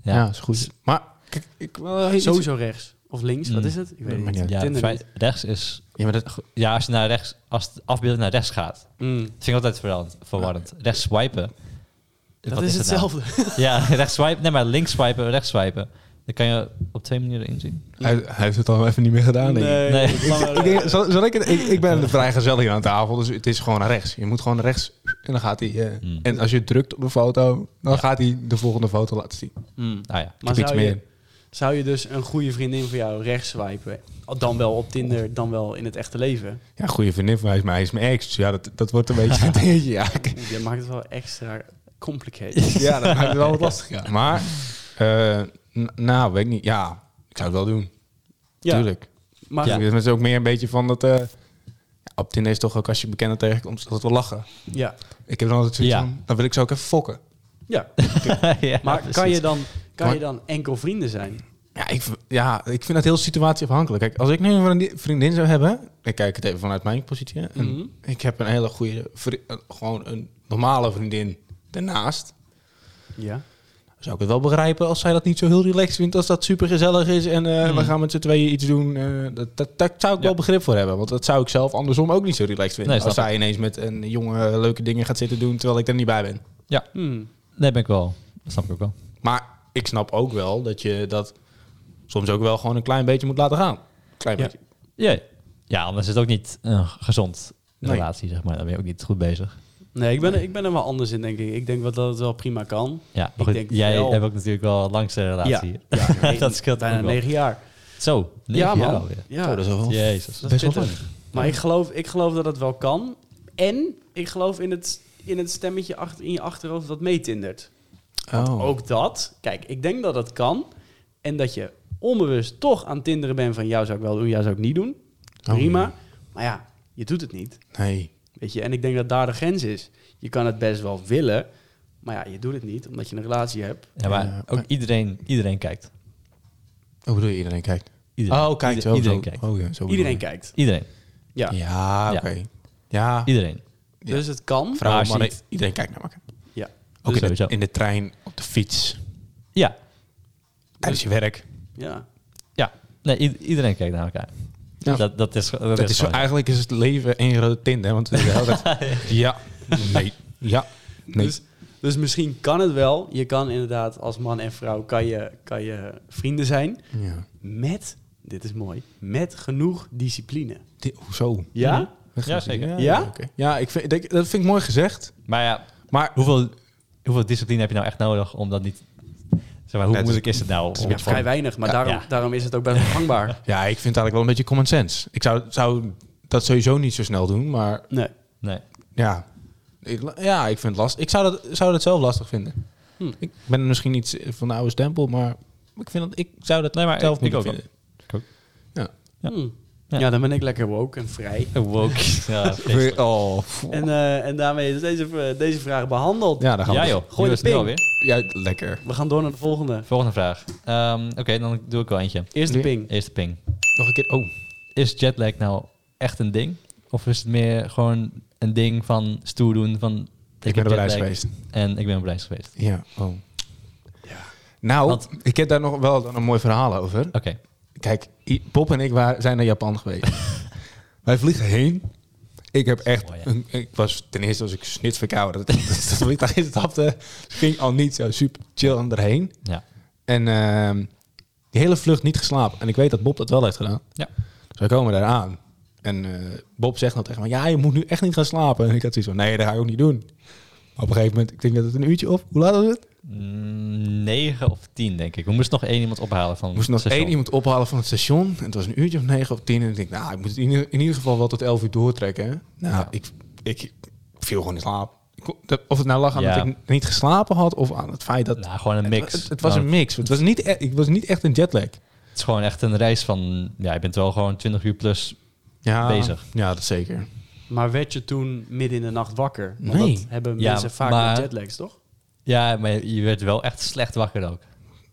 S2: Ja.
S3: Ja. is goed. Maar kijk, ik wil heel iets-
S1: sowieso rechts of links, wat
S2: Mm.
S1: is het? Ik weet
S3: Dat
S1: het
S3: maakt
S1: niet.
S3: niet
S2: Ja,
S1: Tinder
S2: vrij-
S1: niet.
S2: rechts is...
S3: Ja, maar dat,
S2: Ja, als je naar rechts, als de afbeelding naar rechts gaat.
S1: Mm.
S2: Dat vind ik altijd verwarrend. verwarrend. Rechts swipen.
S1: Dat
S2: Wat
S1: is,
S2: het nou?
S1: hetzelfde.
S2: Ja, rechts swipen. Nee, maar links swipen, rechts swipen. Dat kan je op twee manieren inzien.
S3: hij, hij heeft het al even niet meer gedaan. denk
S2: Nee.
S3: ik.
S1: nou? dat is langer.
S3: Ik, denk, zal, zal ik, het, ik, ik ben de vrijgezel hier aan tafel, dus het is gewoon naar rechts. Je moet gewoon naar rechts en dan gaat hij. eh,
S2: Hmm.
S3: En als je drukt op de foto, dan
S2: Ja.
S3: gaat hij de volgende foto laten zien.
S1: Mm.
S2: Nou ja.
S1: Maar
S3: heb iets
S1: zou je,
S3: meer.
S1: zou je dus een goede vriendin van jou rechts swipen? Oh, Dan wel op Tinder, dan wel in het echte leven.
S3: Ja, goede vriendin van mij is mijn, is mijn ex. dus Ja, dat, dat wordt een beetje een dingetje. Ja,
S1: Je maakt het wel extra complicated.
S3: ja dat maakt het wel wat lastig. Ja. Maar, eh, n- nou, weet ik niet. Ja, ik zou het wel doen. Tuurlijk.
S1: Maar
S3: Ja.
S1: ja.
S3: Het is ook meer een beetje van dat... eh, ja, op Tinder is toch ook als je bekende tegenkomt, dat het wel lachen.
S1: Ja.
S3: Ik heb dan altijd zoiets
S2: Ja.
S3: van, dan wil ik ze ook even fokken.
S2: Ja,
S1: maar kan, je
S2: precies.
S1: dan, kan je
S3: Maar-
S1: dan enkel vrienden zijn?
S3: Ja ik, v- ja, ik vind dat heel situatieafhankelijk. Kijk, als ik nu een vriendin- vriendin zou hebben... Ik kijk het even vanuit mijn positie. hè. En
S1: Mhm.
S3: Ik heb een hele goede, vri- eh, gewoon een normale vriendin daarnaast.
S1: Ja.
S3: Zou ik het wel begrijpen als zij dat niet zo heel relaxed vindt... als dat super gezellig is en eh, we
S2: Mm.
S3: gaan met z'n tweeën iets doen. eh, dat, dat, dat zou ik
S2: Ja.
S3: wel begrip voor hebben. Want dat zou ik zelf andersom ook niet zo relaxed vinden.
S2: Nee,
S3: als
S2: snap
S3: zij ineens met een jongen eh, leuke dingen gaat zitten doen... terwijl ik er niet bij ben.
S1: Hmm.
S2: Nee, ben ik wel. Dat snap ik ook wel.
S3: Maar ik snap ook wel dat je dat soms ook wel gewoon een klein beetje moet laten gaan. Klein
S1: Ja.
S3: beetje.
S2: Ja, ja anders is het ook niet een gezond
S3: Nee.
S2: relatie, zeg maar. Dan ben je ook niet goed bezig.
S1: Nee, ik ben, er- ik ben er wel anders in, denk ik. Ik denk wel dat het wel prima kan.
S2: Ja,
S1: Ik
S2: maar goed,
S1: denk
S2: jij
S1: wel-
S2: hebt ook natuurlijk wel langs de relatie.
S1: Ja,
S2: Dat scheelt
S1: bijna
S2: ook wel.
S1: negen jaar.
S2: Zo, negen
S1: ja,
S2: jaar
S1: man.
S2: alweer.
S1: Ja.
S3: Oh, dat is wel
S2: Jezus.
S1: Dat
S3: best
S1: is
S3: wel
S1: pittig. Maar ik geloof, ik geloof dat het wel kan. En ik geloof in het, in het stemmetje achter, in je achterhoofd dat meetindert.
S3: Oh.
S1: Ook dat. Kijk, ik denk dat dat kan. En dat je onbewust toch aan het tinderen bent van... jou zou ik wel doen, jou zou ik niet doen.
S3: Oh,
S1: Prima. Maar ja, je doet het niet.
S3: Nee.
S1: Weet je? En ik denk dat daar de grens is. Je kan het best wel willen. Maar ja, je doet het niet omdat je een relatie hebt.
S2: Ja, maar
S3: Ja,
S2: ook
S3: maar-
S2: iedereen, iedereen kijkt.
S3: Hoe Oh, bedoel je iedereen kijkt?
S2: Iedereen.
S3: Oh, kijkt.
S2: Ieder-
S3: oh,
S2: iedereen
S3: zo.
S2: kijkt.
S3: Oh, ja, zo bedoel
S1: Iedereen
S3: je.
S1: kijkt.
S2: Iedereen.
S1: Ja.
S3: Ja,
S2: Ja. Ah,
S3: oké. Ja,
S2: Iedereen.
S3: Ja.
S1: Dus het kan.
S2: Maar
S3: vrouwen,
S2: als je
S3: mannen,
S2: niet-
S3: iedereen kijkt naar elkaar.
S1: Ja.
S3: Ook in,
S2: sowieso.
S3: de, in de trein, op de fiets,
S2: Ja,
S3: tijdens je werk.
S1: Ja.
S2: ja. Nee, i- iedereen kijkt naar elkaar.
S3: Ja.
S2: Dat, dat is, dat
S3: Dat is zo,
S2: gewoon zo.
S3: eigenlijk is het leven één rode tint, hè? Want we zijn altijd, ja, nee, ja, nee.
S1: Dus, dus misschien kan het wel. Je kan inderdaad als man en vrouw kan je, kan je vrienden zijn.
S3: ja.
S1: Met, dit is mooi, met genoeg discipline. Mhm.
S3: Dit, hoezo?
S1: Ja?
S2: Mhm. Ja, zeker.
S1: Ja?
S3: oké. Ja, ik vind, ik- dat vind ik mooi gezegd.
S2: Maar ja,
S3: Maar
S2: hoeveel, hoeveel discipline heb je nou echt nodig om dat niet... Zeg maar, hoe
S3: Nee, het is-
S2: moeilijk is het nou? om
S1: Ja,
S2: het
S1: vrij
S2: van-
S1: weinig, maar
S3: Ja.
S1: daarom,
S2: Ja.
S1: daarom is het ook best wel gangbaar.
S3: ja, ik vind het eigenlijk wel een beetje common sense. Ik zou, zou dat sowieso niet zo snel doen, maar
S1: Nee.
S2: Nee.
S3: Ja. Ik- Ja, ik vind het lastig. Ik zou dat, zou dat zelf lastig vinden.
S1: Hm.
S3: Ik ben misschien iets van de oude stempel, maar ik, vind dat, ik zou Oh, dat
S2: Nee, maar
S3: zelf
S2: ik-
S3: moeten
S2: ik ook
S3: vinden.
S2: Ja.
S1: Hmm.
S2: Ja.
S1: Ja. dan ben ik lekker woke en vrij.
S2: Woke. Ja, vreselijk.
S3: Oh,
S1: En, eh, en daarmee is deze, deze vraag behandeld.
S3: ja, daar gaan we.
S2: ja joh,
S1: Gooi de
S2: gooi
S1: ping.
S2: snel weer.
S3: Ja, lekker.
S1: We gaan door naar de volgende.
S2: Volgende vraag. Ehm, Oké, dan doe ik wel eentje.
S1: Eerst de
S3: Ja.
S1: ping.
S2: Eerste ping.
S3: Nog een keer. Oh,
S2: Is jetlag nou echt een ding? Of is het meer gewoon een ding van stoer doen van...
S3: ik ben
S2: heb
S3: er bij reis
S2: jetlag
S3: geweest.
S2: En ik ben op reis geweest.
S3: Ja, oh.
S1: Ja.
S3: Nou,
S2: Want-
S3: ik heb daar nog wel dan een mooi verhaal over.
S2: Oké.
S3: Kijk, I- Bob en ik waren, zijn naar Japan geweest. Wij vliegen heen. Ik heb echt...
S2: mooi, hè?
S3: een- ik was, ten eerste was ik snit verkouden. Dat, dat, dat vliegtuig instapte, ging al niet zo super chill aan erheen.
S2: Ja.
S3: En ehm, die hele vlucht niet geslapen. En ik weet dat Bob dat wel heeft gedaan.
S2: Ja.
S3: Dus wij komen daar aan. En eh, Bob zegt dan tegen mij, ja, je moet nu echt niet gaan slapen. En ik had zoiets van, nee, dat ga ik ook niet doen. Maar op een gegeven moment, ik denk dat het een uurtje of... Hoe laat was het?
S2: Mm, 9 of 10, denk ik. We moesten nog één iemand ophalen van
S3: We moesten nog
S2: het
S3: één
S2: station.
S3: iemand ophalen van het station. En het was een uurtje of negen of tien. En ik denk, nou, ik moet het in, ieder- in ieder geval wel tot elf uur doortrekken. hè. Nou,
S2: Ja.
S3: ik, ik viel gewoon in slaap. Ik kon- dat- Of het nou lag aan
S2: Ja.
S3: dat ik n- niet geslapen had... of aan het feit dat...
S2: Nou, gewoon een mix.
S3: Het, het was
S2: Nou,
S3: een mix. Het was niet, e- ik was niet echt een jetlag.
S2: Het is gewoon echt een reis van... Ja, je bent wel gewoon 20 uur plus.
S3: Ja,
S2: Bezig.
S3: Ja, dat zeker.
S1: Maar werd je toen midden in de nacht wakker? Want
S3: Nee.
S1: dat hebben
S2: Ja,
S1: mensen vaak
S2: maar-
S1: met jetlags, toch?
S2: Ja, maar je werd wel echt slecht wakker ook.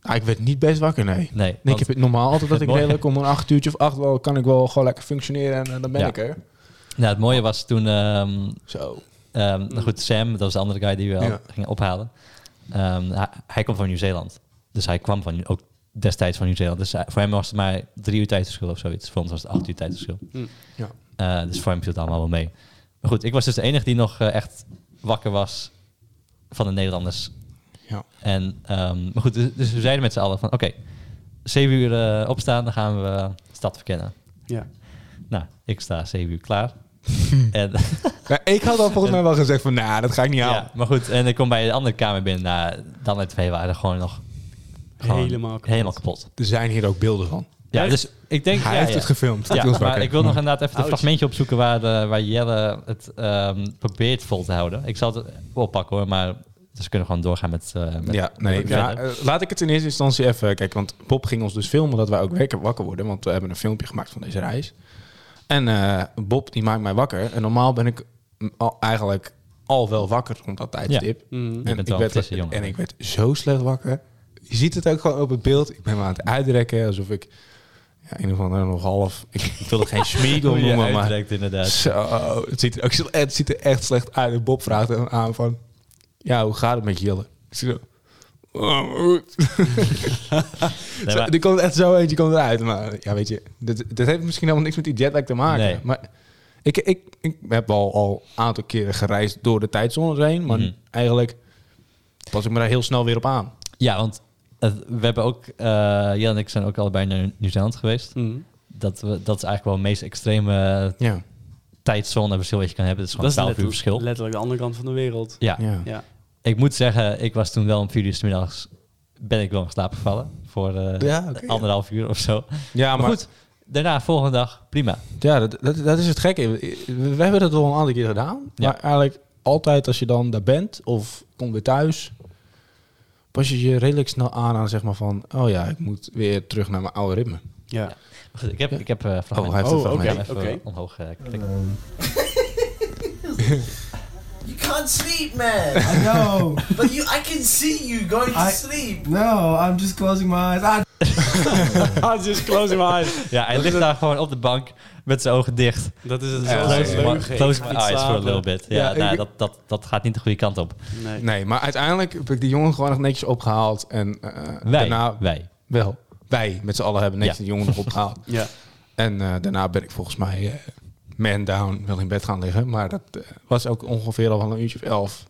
S3: Ah, ik werd niet best wakker, nee.
S2: Nee,
S3: Nee,
S2: want-
S3: ik heb het normaal altijd dat ik
S2: Mooi.
S3: redelijk om een acht uurtje of acht wel, kan ik wel gewoon lekker functioneren en eh, dan ben
S2: Ja.
S3: ik er.
S2: nou, het mooie was toen... ehm,
S3: Zo.
S2: ehm, nou goed, Sam, dat was de andere guy die we al
S3: Ja.
S2: gingen ophalen. Ehm, hij, hij komt van Nieuw-Zeeland. Dus hij kwam van, ook destijds van Nieuw-Zeeland. Dus hij- voor hem was het maar drie uur tijdverschil of zoiets. Voor ons was het acht uur tijdverschil.
S1: Hm.
S3: Ja.
S2: Eh, dus voor hem viel het allemaal wel mee. Maar goed, ik was dus de enige die nog eh, echt wakker was van de Nederlanders.
S3: Ja.
S2: En, ehm, maar goed, dus, dus we zeiden met z'n allen van... Oké, zeven uur eh, opstaan, dan gaan we eh, de stad verkennen.
S1: Ja.
S2: Nou, ik sta zeven uur klaar. en,
S3: Ja, ik had al volgens mij wel gezegd van, nou, dat ga ik niet
S2: ja.
S3: halen.
S2: maar goed, en ik kom bij de andere kamer binnen. Nou, dan en twee waren gewoon nog... gewoon
S1: Helemaal kapot.
S2: Helemaal kapot.
S3: Er zijn hier ook beelden van.
S2: Ja,
S1: Echt?
S2: dus ik denk...
S3: Hij
S2: ja,
S3: heeft
S2: ja.
S3: het gefilmd.
S2: Ja,
S3: Toen was
S2: maar
S3: wakker.
S2: ik wil nog inderdaad even een
S1: Ouch.
S2: fragmentje opzoeken waar, de, waar Jelle het ehm, probeert vol te houden. Ik zal het oppakken hoor, maar dus we kunnen gewoon doorgaan met... eh, met-
S3: Ja, nee.
S2: verder.
S3: ja, eh, laat ik het in eerste instantie even... Kijk, want Bob ging ons dus filmen dat wij ook wakker wakker worden. Want we hebben een filmpje gemaakt van deze reis. En eh, Bob, die maakt mij wakker. En normaal ben ik mm, al- eigenlijk al wel wakker rond dat tijdstip.
S1: Mhm.
S2: bent
S3: En,
S2: wel
S3: ik
S2: een
S3: werd,
S2: frisse jongen.
S3: en ik werd zo slecht wakker. Je ziet het ook gewoon op het beeld. Ik ben me aan het uitrekken alsof ik... Ja, in ieder geval nog half... Ik, ik wil er geen schmiegel
S2: Hoe je
S3: noemen, maar...
S2: uitreikt, inderdaad.
S3: Zo, het ziet, er ook, zo- het ziet er echt slecht uit. En Bob vraagt hem aan van... Ja, hoe gaat het met Jelle? Ik zeg zo... "Oh, goed."
S2: Nee,
S3: Zo,
S2: maar-
S3: er komt echt zo eentje komt eruit. Maar ja, weet je... Dit, dit heeft misschien helemaal niks met die jetlag te maken.
S2: Nee.
S3: Maar ik, ik, ik heb al al een aantal keren gereisd door de tijdzones heen. Maar
S2: Mhm.
S3: eigenlijk pas ik me daar heel snel weer op aan.
S2: Ja, want eh, we hebben ook, eh Jelle en ik zijn ook allebei naar Nieuw-Zeeland geweest.
S1: Mhm.
S2: Dat, we, dat is eigenlijk wel het meest extreme
S3: Ja.
S2: tijdzoneverschil wat je kan hebben. Dat is
S1: Dat
S2: gewoon
S1: is
S2: 12 uur
S1: letterlijk-
S2: verschil.
S1: letterlijk de andere kant van de wereld.
S2: Ja.
S3: ja.
S1: Ja.
S2: ik moet zeggen, ik was toen wel om vier uur 's middags ben ik wel in slaap gevallen voor eh,
S3: Ja, oké, ja.
S2: anderhalf uur of zo. Maar,
S3: Ja, maar,
S2: goed, daarna volgende dag prima.
S3: Ja, dat, dat, dat is het gekke. We hebben dat al een aantal keer gedaan.
S2: Ja.
S3: Maar eigenlijk altijd als je dan daar bent of komt weer thuis... pas je je redelijk snel aan aan zeg maar van... oh ja, ik moet weer terug naar mijn oude ritme.
S1: Ja.
S2: Goed, ik heb ik heb eh,
S3: Oh,
S2: fragmenten.
S3: hij heeft
S1: Oh,
S3: het
S1: oké.
S3: okay.
S2: Ik ga even omhoog eh, klikken.
S4: You can't sleep, man.
S5: No,
S4: but you, I can see you going to
S5: I-
S4: sleep.
S5: no, I'm just closing my eyes. Ah,
S2: Ah,
S1: I just closing my eyes.
S2: Ja, hij ligt daar gewoon op de bank met zijn ogen dicht.
S1: Dat is het. zo
S3: Ja, close
S2: Close,
S1: leuk.
S2: my-
S1: Ik
S2: close
S1: ga
S2: my
S1: niet
S2: eyes for a
S1: slapen.
S2: little bit. Ja,
S3: Ja,
S2: nou,
S3: ik-
S2: dat, dat, dat gaat niet de goede kant
S3: Eh,
S2: op.
S1: Nee.
S3: Nee, maar uiteindelijk heb ik die jongen gewoon nog netjes opgehaald. En eh,
S2: Wij,
S3: daarna
S2: wij.
S3: wel. Wij met z'n allen hebben netjes
S2: Ja.
S3: die jongen nog opgehaald.
S1: Ja.
S3: En eh, daarna ben ik volgens mij eh, man down wel in bed gaan liggen. Maar dat eh, was ook ongeveer al wel een uurtje of elf.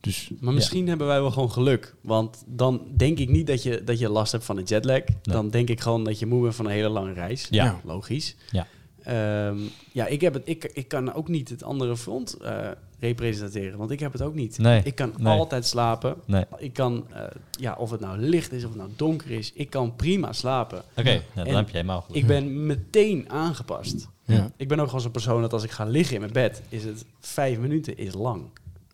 S3: Dus
S1: Maar misschien hebben wij wel gewoon geluk. Want dan denk ik niet dat je, dat je last hebt van de jetlag. Dan denk ik gewoon dat je moe bent van een hele lange reis.
S2: Ja.
S3: Ja.
S1: Logisch.
S2: Ja.
S1: Ehm, ja, ik, heb het, ik, ik kan ook niet het andere front eh, representeren. Want ik heb het ook niet.
S2: Nee.
S1: Ik kan
S2: Nee.
S1: altijd slapen.
S2: Nee.
S1: Ik kan, eh, ja, of het nou licht is of het nou donker is, ik kan prima slapen.
S2: Oké, nou,
S1: En
S2: dan heb je helemaal goed.
S1: Ik ben meteen aangepast.
S3: ja.
S1: Ik ben ook gewoon zo'n persoon dat als ik ga liggen in mijn bed, is het vijf minuten is lang.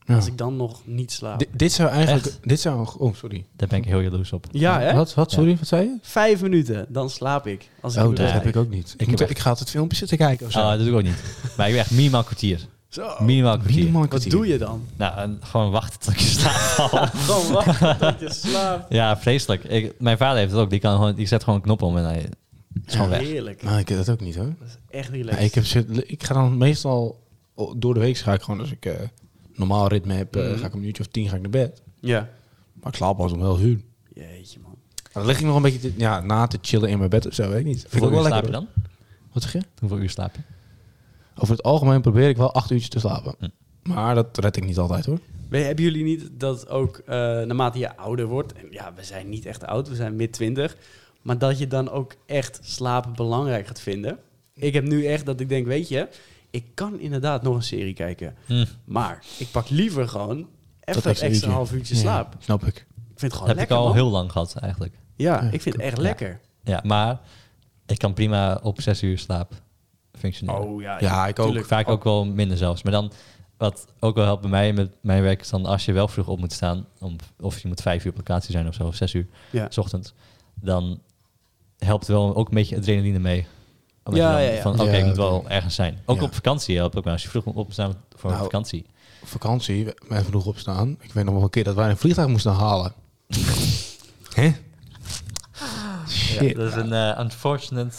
S3: Ja.
S1: Als ik dan nog niet slaap.
S3: Di- dit zou eigenlijk...
S2: Echt?
S3: Dit zou... Oh, sorry.
S2: Daar ben ik heel jaloers op.
S1: ja, hè?
S3: Wat, wat, sorry, wat zei je?
S1: Vijf minuten, dan slaap ik. Als ik in
S3: Oh,
S1: mijn
S3: dat
S1: bed lig.
S3: heb ik ook niet. Ik,
S2: moet-
S3: moet, ik ga altijd filmpjes zitten kijken of zo.
S2: Ah, dat doe ik ook niet. Maar ik ben echt minimaal kwartier.
S1: Zo,
S2: Minimaal kwartier.
S3: Minimaal
S1: wat
S3: een kwartier.
S1: doe je dan?
S2: Nou, en gewoon wachten tot ik in slaap val.
S1: Gewoon wachten tot je slaapt.
S2: ja, vreselijk. Ik, mijn vader heeft het ook. Die, kan gewoon, die zet gewoon een knop om en hij is gewoon weg.
S1: Heerlijk.
S3: Nou, ik heb dat ook niet hoor.
S1: Dat is echt relaxed.
S3: Ja, ik, heb, zit- ik ga dan meestal o- door de week ga ik gewoon als ik eh, normaal ritme heb, eh,
S1: Mhm.
S3: ga ik om een uurtje of tien ga ik naar bed.
S1: Ja.
S3: Maar ik slaap pas om elf uur.
S1: Jeetje, man.
S3: Maar dan lig ik nog een beetje te- ja, na te chillen in mijn bed of zo, weet ik niet. Vind ik ook
S2: Hoeveel uur
S3: wel
S2: slaap
S3: lekker. Oh,
S2: je dan?
S3: hoor. Wat zeg je?
S2: Hoeveel uur slaap je?
S3: Over het algemeen probeer ik wel acht uurtjes te slapen.
S2: Hm.
S3: Maar dat red ik niet altijd hoor.
S1: Maar hebben jullie niet dat ook eh, naarmate je ouder wordt, en ja, we zijn niet echt oud, we zijn mid 20, maar dat je dan ook echt slapen belangrijk gaat vinden? Ik heb nu echt dat ik denk, weet je, ik kan inderdaad nog een serie kijken,
S2: Hm.
S1: maar ik pak liever gewoon even
S3: extra
S1: extra,
S3: uurtje.
S1: een half uurtje
S3: Ja,
S1: slaap.
S3: snap ik.
S1: Ik vind het gewoon
S2: Dat heb
S1: lekker.
S2: ik al
S1: man.
S2: heel lang gehad eigenlijk.
S1: Ja,
S3: Ja,
S1: ik vind het echt
S2: ja.
S1: lekker.
S2: Ja, maar ik kan prima op zes uur slaap functioneren.
S1: Oh ja,
S3: Ja, ik ook.
S1: tuurlijk.
S2: Vaak ook wel minder zelfs. Maar dan, wat ook wel helpt bij mij met mijn werk, is dan als je wel vroeg op moet staan, om, of je moet vijf uur op locatie zijn of zo, of zes uur,
S1: Ja.
S2: s ochtends, dan helpt wel ook een beetje adrenaline mee. Omdat
S1: Ja,
S2: je dan
S1: ja, ja.
S2: Van, oké,
S3: Ja,
S2: ik moet
S3: oké.
S2: wel ergens zijn. Ook
S3: Ja.
S2: op vakantie helpt ook wel. Als je vroeg moet opstaan voor
S3: Nou,
S2: vakantie.
S3: Op vakantie, we- wij vroeg opstaan. Ik weet nog wel een keer dat wij een vliegtuig moesten halen. Hè? Shit.
S2: dat is een eh, unfortunate...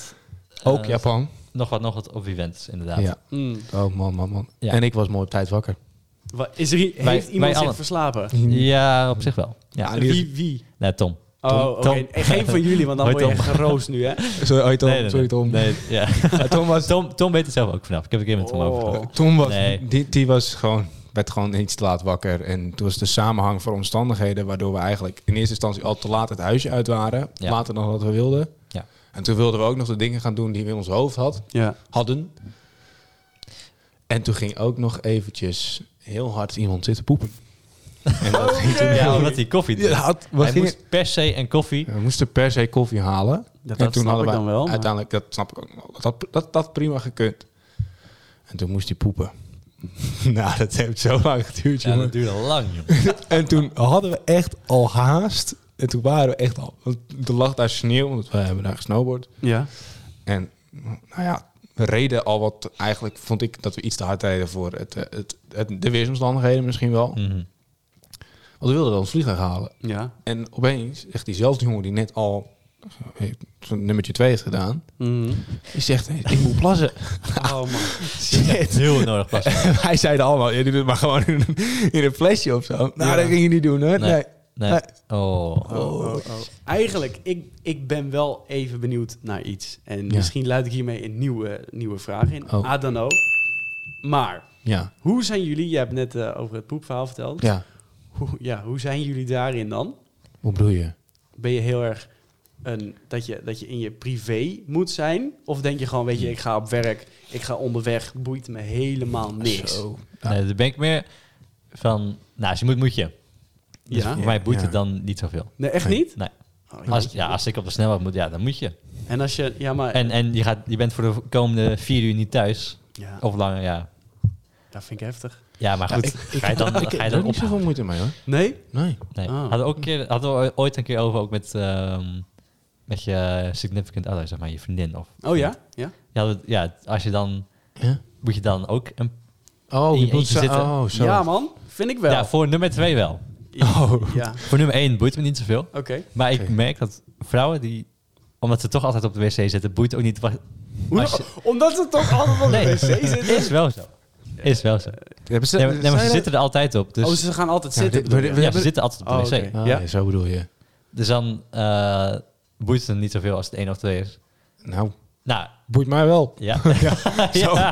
S2: eh,
S3: Ook Japan.
S2: Nog wat, nog wat op events, inderdaad.
S3: Ja.
S1: Mm.
S3: Oh man, man, man.
S2: Ja.
S3: En ik was mooi op tijd wakker.
S1: Wa- Is er, i- heeft
S2: Wij-
S1: iemand
S2: wij
S1: zich
S2: allen.
S1: verslapen?
S2: Ja, op zich wel. Ja,
S3: Ja, Ah, die-
S1: Wie? wie?
S2: nee, Tom.
S1: Oh, oké.
S2: Tom.
S1: En Geen van jullie, want dan
S2: Hoi,
S1: word je
S2: Tom.
S1: geroost nu, hè?
S3: Sorry,
S2: Nee,
S3: oh, Tom.
S2: nee, nee.
S3: Sorry, Tom.
S2: Nee, ja. Tom, Tom, Tom weet het zelf ook vanaf. Ik heb een keer met Tom
S1: Oh.
S2: over gehad.
S3: Tom was,
S2: Nee.
S3: die, die was gewoon, werd gewoon iets te laat wakker. En toen was de samenhang van omstandigheden waardoor we eigenlijk in eerste instantie al te laat het huisje uit waren.
S2: Ja.
S3: Later dan wat we wilden.
S2: Ja.
S3: En toen wilden we ook nog de dingen gaan doen die we in ons hoofd had,
S1: Ja.
S3: hadden. En toen ging ook nog eventjes heel hard iemand zitten poepen. En dat ging toen...
S2: Ja, omdat hij koffie drinkt.
S3: Ja, had- we,
S2: hij
S3: gingen-
S2: moest per se een koffie.
S3: we moesten per se koffie halen.
S1: Dat,
S3: En
S1: dat snap ik
S3: hadden
S1: dan
S3: wij
S1: wel. maar-
S3: Uiteindelijk, dat snap ik ook nog wel. Dat, dat, dat had prima gekund. En toen moest hij poepen. nou, dat heeft zo lang geduurd,
S2: Ja,
S3: jongen.
S2: dat duurde lang, joh.
S3: En toen hadden we echt al haast. En toen waren we echt al... want Er lag daar sneeuw, want we hebben daar gesnowboard.
S1: Ja.
S3: En nou ja, we reden al wat... Eigenlijk vond ik dat we iets te hard reden voor het, eh, het, het, de weersomstandigheden misschien wel.
S2: Mhm.
S3: Want we wilden wel ons vliegtuig halen.
S1: Ja.
S3: En opeens zegt diezelfde jongen die net al eh, zo'n nummertje 2 heeft gedaan...
S1: Mhm.
S3: Die zegt, "Hey, ik moet plassen.
S1: Oh man.
S3: Shit.
S2: Heel nodig pas.
S3: Wij zeiden allemaal, je doet het maar gewoon in een, in een flesje of zo. Nou, dat ging je niet doen, hè?
S2: Nee.
S3: Nee.
S2: Nee. Oh.
S1: Eigenlijk, ik, ik ben wel even benieuwd naar iets. En
S3: Ja.
S1: misschien luid ik hiermee een nieuwe, nieuwe vraag in.
S3: Oh.
S1: I don't know. Maar,
S3: Ja,
S1: hoe zijn jullie... Je hebt net eh, over het poepverhaal verteld.
S3: ja.
S1: Hoe, ja, hoe zijn jullie daarin dan?
S3: Hoe bedoel je?
S1: Ben je heel erg een, dat, je, dat je in je privé moet zijn? Of denk je gewoon, weet je, ik ga op werk, ik ga onderweg, boeit me helemaal niks.
S3: Zo.
S2: Nee, daar ben ik meer van... Nou, als je moet, moet je. Dus
S1: Ja?
S2: voor mij boeit het
S3: Ja.
S2: dan niet zoveel.
S1: Nee, echt niet?
S2: Nee.
S1: Oh,
S2: Als,
S1: jeetje.
S2: ja, als ik op de snelheid moet, ja, dan moet je.
S1: En als je, ja, maar,
S2: En, en je, gaat, je bent voor de komende vier uur niet thuis.
S1: ja,
S2: Of langer, ja.
S1: dat vind ik heftig.
S2: Ja, maar goed. ga je dan,
S3: Ik
S2: ga je
S3: heb
S2: dan
S3: er
S2: op?
S3: niet Oh. zoveel moeite mee, hoor.
S1: Nee?
S3: Nee.
S2: Nee.
S1: Ah.
S2: Hadden, we ook een keer, hadden we ooit een keer over, ook met, ehm, met je significant other, zeg maar, je vriendin. Of,
S1: Oh ja? Ja?
S2: Ja, dat- ja, als je dan...
S3: Ja?
S2: Moet je dan ook een...
S3: Oh,
S2: In
S3: je
S2: je
S3: bedoelt
S2: eentje
S3: zo.
S2: zitten.
S3: Oh, zo.
S1: Ja, man. Vind ik wel.
S2: Ja, voor nummer twee wel.
S3: Oh.
S1: Ja,
S2: Voor nummer één boeit me niet zoveel.
S1: oké.
S2: Maar ik
S3: Oké.
S2: merk dat vrouwen die... Omdat ze toch altijd op de wc zitten, boeit ook niet... wat-
S1: Hoe-
S2: Als je-
S1: Omdat ze toch altijd op de
S2: Nee.
S1: wc zitten.
S2: Is wel zo. Is wel zo.
S3: Ja, maar ze-
S2: Nee, maar, nee, maar ze
S3: zijn
S2: zitten er altijd op. Dus
S1: Oh, ze gaan altijd
S3: Ja,
S1: zitten.
S3: dit-
S1: bedoel
S3: we-
S1: je?
S3: we-
S2: ja, ze zitten altijd op de
S1: Oh,
S2: wc.
S1: oké.
S3: er- Ah,
S1: Ja.
S3: ja, zo bedoel je.
S2: Dus dan eh, boeit het hem niet zoveel als het één of twee is.
S3: Nou,
S2: Nou,
S3: boeit mij wel.
S2: ja. ja.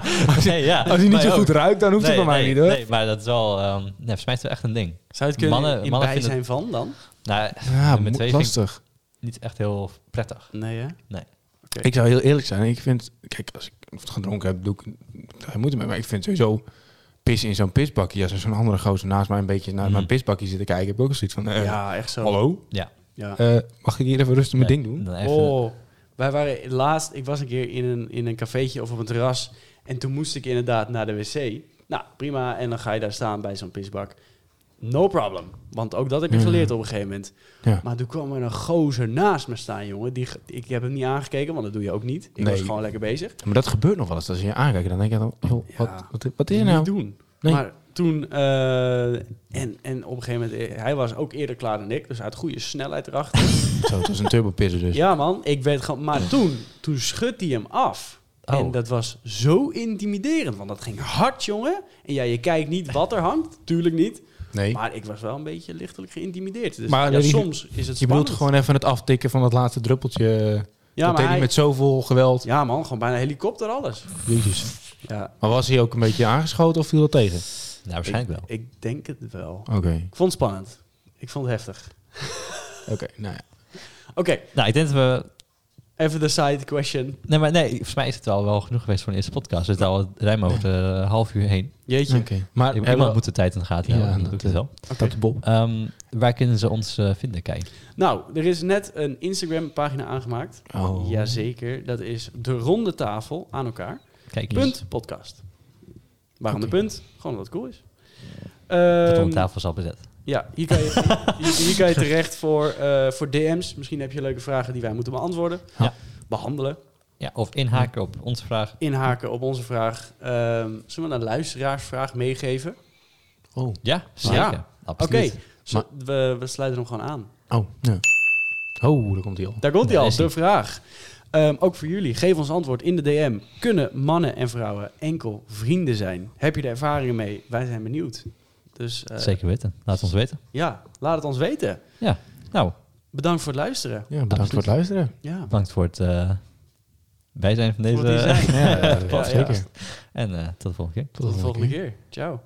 S2: Nee, ja.
S3: Als hij niet
S2: Mij
S3: zo
S2: ook.
S3: goed ruikt, dan hoeft het
S2: Nee,
S3: bij mij
S2: nee,
S3: niet, hoor.
S2: Nee, maar dat is wel... ehm nee, volgens mij is het wel echt een ding.
S1: Zou je het kunnen
S2: Mannen-
S1: in
S2: mannen
S1: bij
S2: vinden-
S1: zijn van dan?
S2: Nou,
S3: Ja,
S2: nummer
S3: mo-
S2: twee vind ik
S3: lastig.
S2: niet echt heel prettig.
S1: Nee, hè?
S3: Ik zou heel eerlijk zijn. Ik vind... Kijk, als ik wat gedronken heb, doe ik... Daar moet mee. Maar ik vind sowieso... Pissen in zo'n pisbakje. Als er zo'n andere gozer naast mij een beetje naar
S2: Mm.
S3: mijn pisbakje zit te kijken... heb ik ook al zoiets van... eh,
S1: Mhm. Ja, echt zo.
S3: Hallo?
S2: Ja.
S1: Ja.
S3: Eh, mag ik hier even rustig mijn
S2: Ja,
S3: ding doen?
S2: Dan even,
S1: Oh, wij waren laatst, ik was een keer in een, in een cafeetje of op een terras. En toen moest ik inderdaad naar de wc. Nou, prima. En dan ga je daar staan bij zo'n pisbak. No problem. Want ook dat heb ik
S3: Ja.
S1: geleerd op een gegeven moment.
S3: Ja.
S1: Maar toen kwam er een gozer naast me staan, jongen. Die, ge- ik heb hem niet aangekeken, want dat doe je ook niet. Ik
S3: Nee.
S1: was gewoon lekker bezig.
S3: Maar dat gebeurt nog wel eens. Als je je aankijkt, dan denk je dan... Joh,
S1: Ja.
S3: wat, wat, wat is er
S1: Niet
S3: nou?
S1: doen.
S3: Nee.
S1: Maar toen, eh, en, en op een gegeven moment, eh, hij was ook eerder klaar dan ik. Dus hij had goede snelheid erachter.
S3: Zo, het was een turbopisser dus.
S1: Ja, man. Ik werd gewoon... Maar toen, toen schudde hij hem af.
S2: Oh.
S1: En dat was zo intimiderend, want dat ging hard, jongen. En ja, je kijkt niet wat er hangt, tuurlijk niet.
S3: Nee.
S1: Maar ik was wel een beetje lichtelijk geïntimideerd. Dus
S3: Maar
S1: ja,
S3: weet je-
S1: soms is het
S3: je bedoelt
S1: spannend.
S3: gewoon even het aftikken van dat laatste druppeltje.
S1: ja,
S3: dat
S1: maar
S3: deed hij
S1: hij-
S3: met zoveel geweld.
S1: ja, man, gewoon bijna helikopter alles.
S3: Jezus.
S1: Ja,
S3: Maar was hij ook een beetje aangeschoten of viel dat tegen?
S2: nou, waarschijnlijk wel.
S1: ik denk het wel.
S3: Oké.
S1: Ik vond het spannend. Ik vond het heftig.
S3: Oké, nou ja.
S1: Oké,
S2: Nou, ik denk dat we
S1: even de side question.
S2: Nee, maar nee, volgens mij is het al wel genoeg geweest voor een eerste podcast. We zitten al ruim over de eh, half uur heen.
S1: Jeetje.
S3: Oké. Maar
S2: Iemand
S3: hebben we-
S2: moet de tijd in de gaten houden.
S3: Ja,
S2: dat doet
S3: dat,
S2: het wel.
S1: Oké.
S3: dat Bob.
S2: Ehm, waar kunnen ze ons eh, vinden, Kai?
S1: Nou, er is net een Instagram-pagina aangemaakt.
S3: Oh.
S1: Jazeker, dat is de ronde tafel aan elkaar.
S2: Kijk eens.
S1: Punt podcast. Waarom de
S3: Oké.
S1: punt? Gewoon omdat het cool is.
S2: De
S1: Ehm,
S2: tafel is al bezet.
S1: Ja, hier kan je, hier, hier kan je terecht voor, eh, voor DM's. Misschien heb je leuke vragen die wij moeten beantwoorden.
S2: Ja.
S1: Behandelen.
S2: Ja, of inhaken op onze vraag.
S1: Inhaken op onze vraag. Ehm, zullen we een luisteraarsvraag meegeven?
S3: Oh.
S2: Ja, zeker.
S1: Ja. Oké,
S2: Absoluut.
S1: zo- we, we sluiten hem gewoon aan.
S3: Oh, ja. Oh, daar komt hij al.
S1: Daar komt hij
S2: Daar
S1: al,
S2: is
S1: de
S2: hij.
S1: vraag. Ehm, ook voor jullie, geef ons antwoord in de DM. Kunnen mannen en vrouwen enkel vrienden zijn? Heb je er ervaringen mee? Wij zijn benieuwd. Dus eh,
S2: Zeker weten. Laat het ons weten.
S1: ja, laat het ons weten.
S2: Ja, nou,
S1: Bedankt voor het luisteren.
S3: Ja, bedankt voor het luisteren.
S1: Ja,
S2: bedankt voor het eh, bijzijn van
S1: Voor het
S2: deze.
S1: hier zijn.
S3: Ja, ja,
S1: Ja, ja.
S3: zeker.
S2: en eh, tot de volgende keer.
S1: tot de volgende keer. Ciao.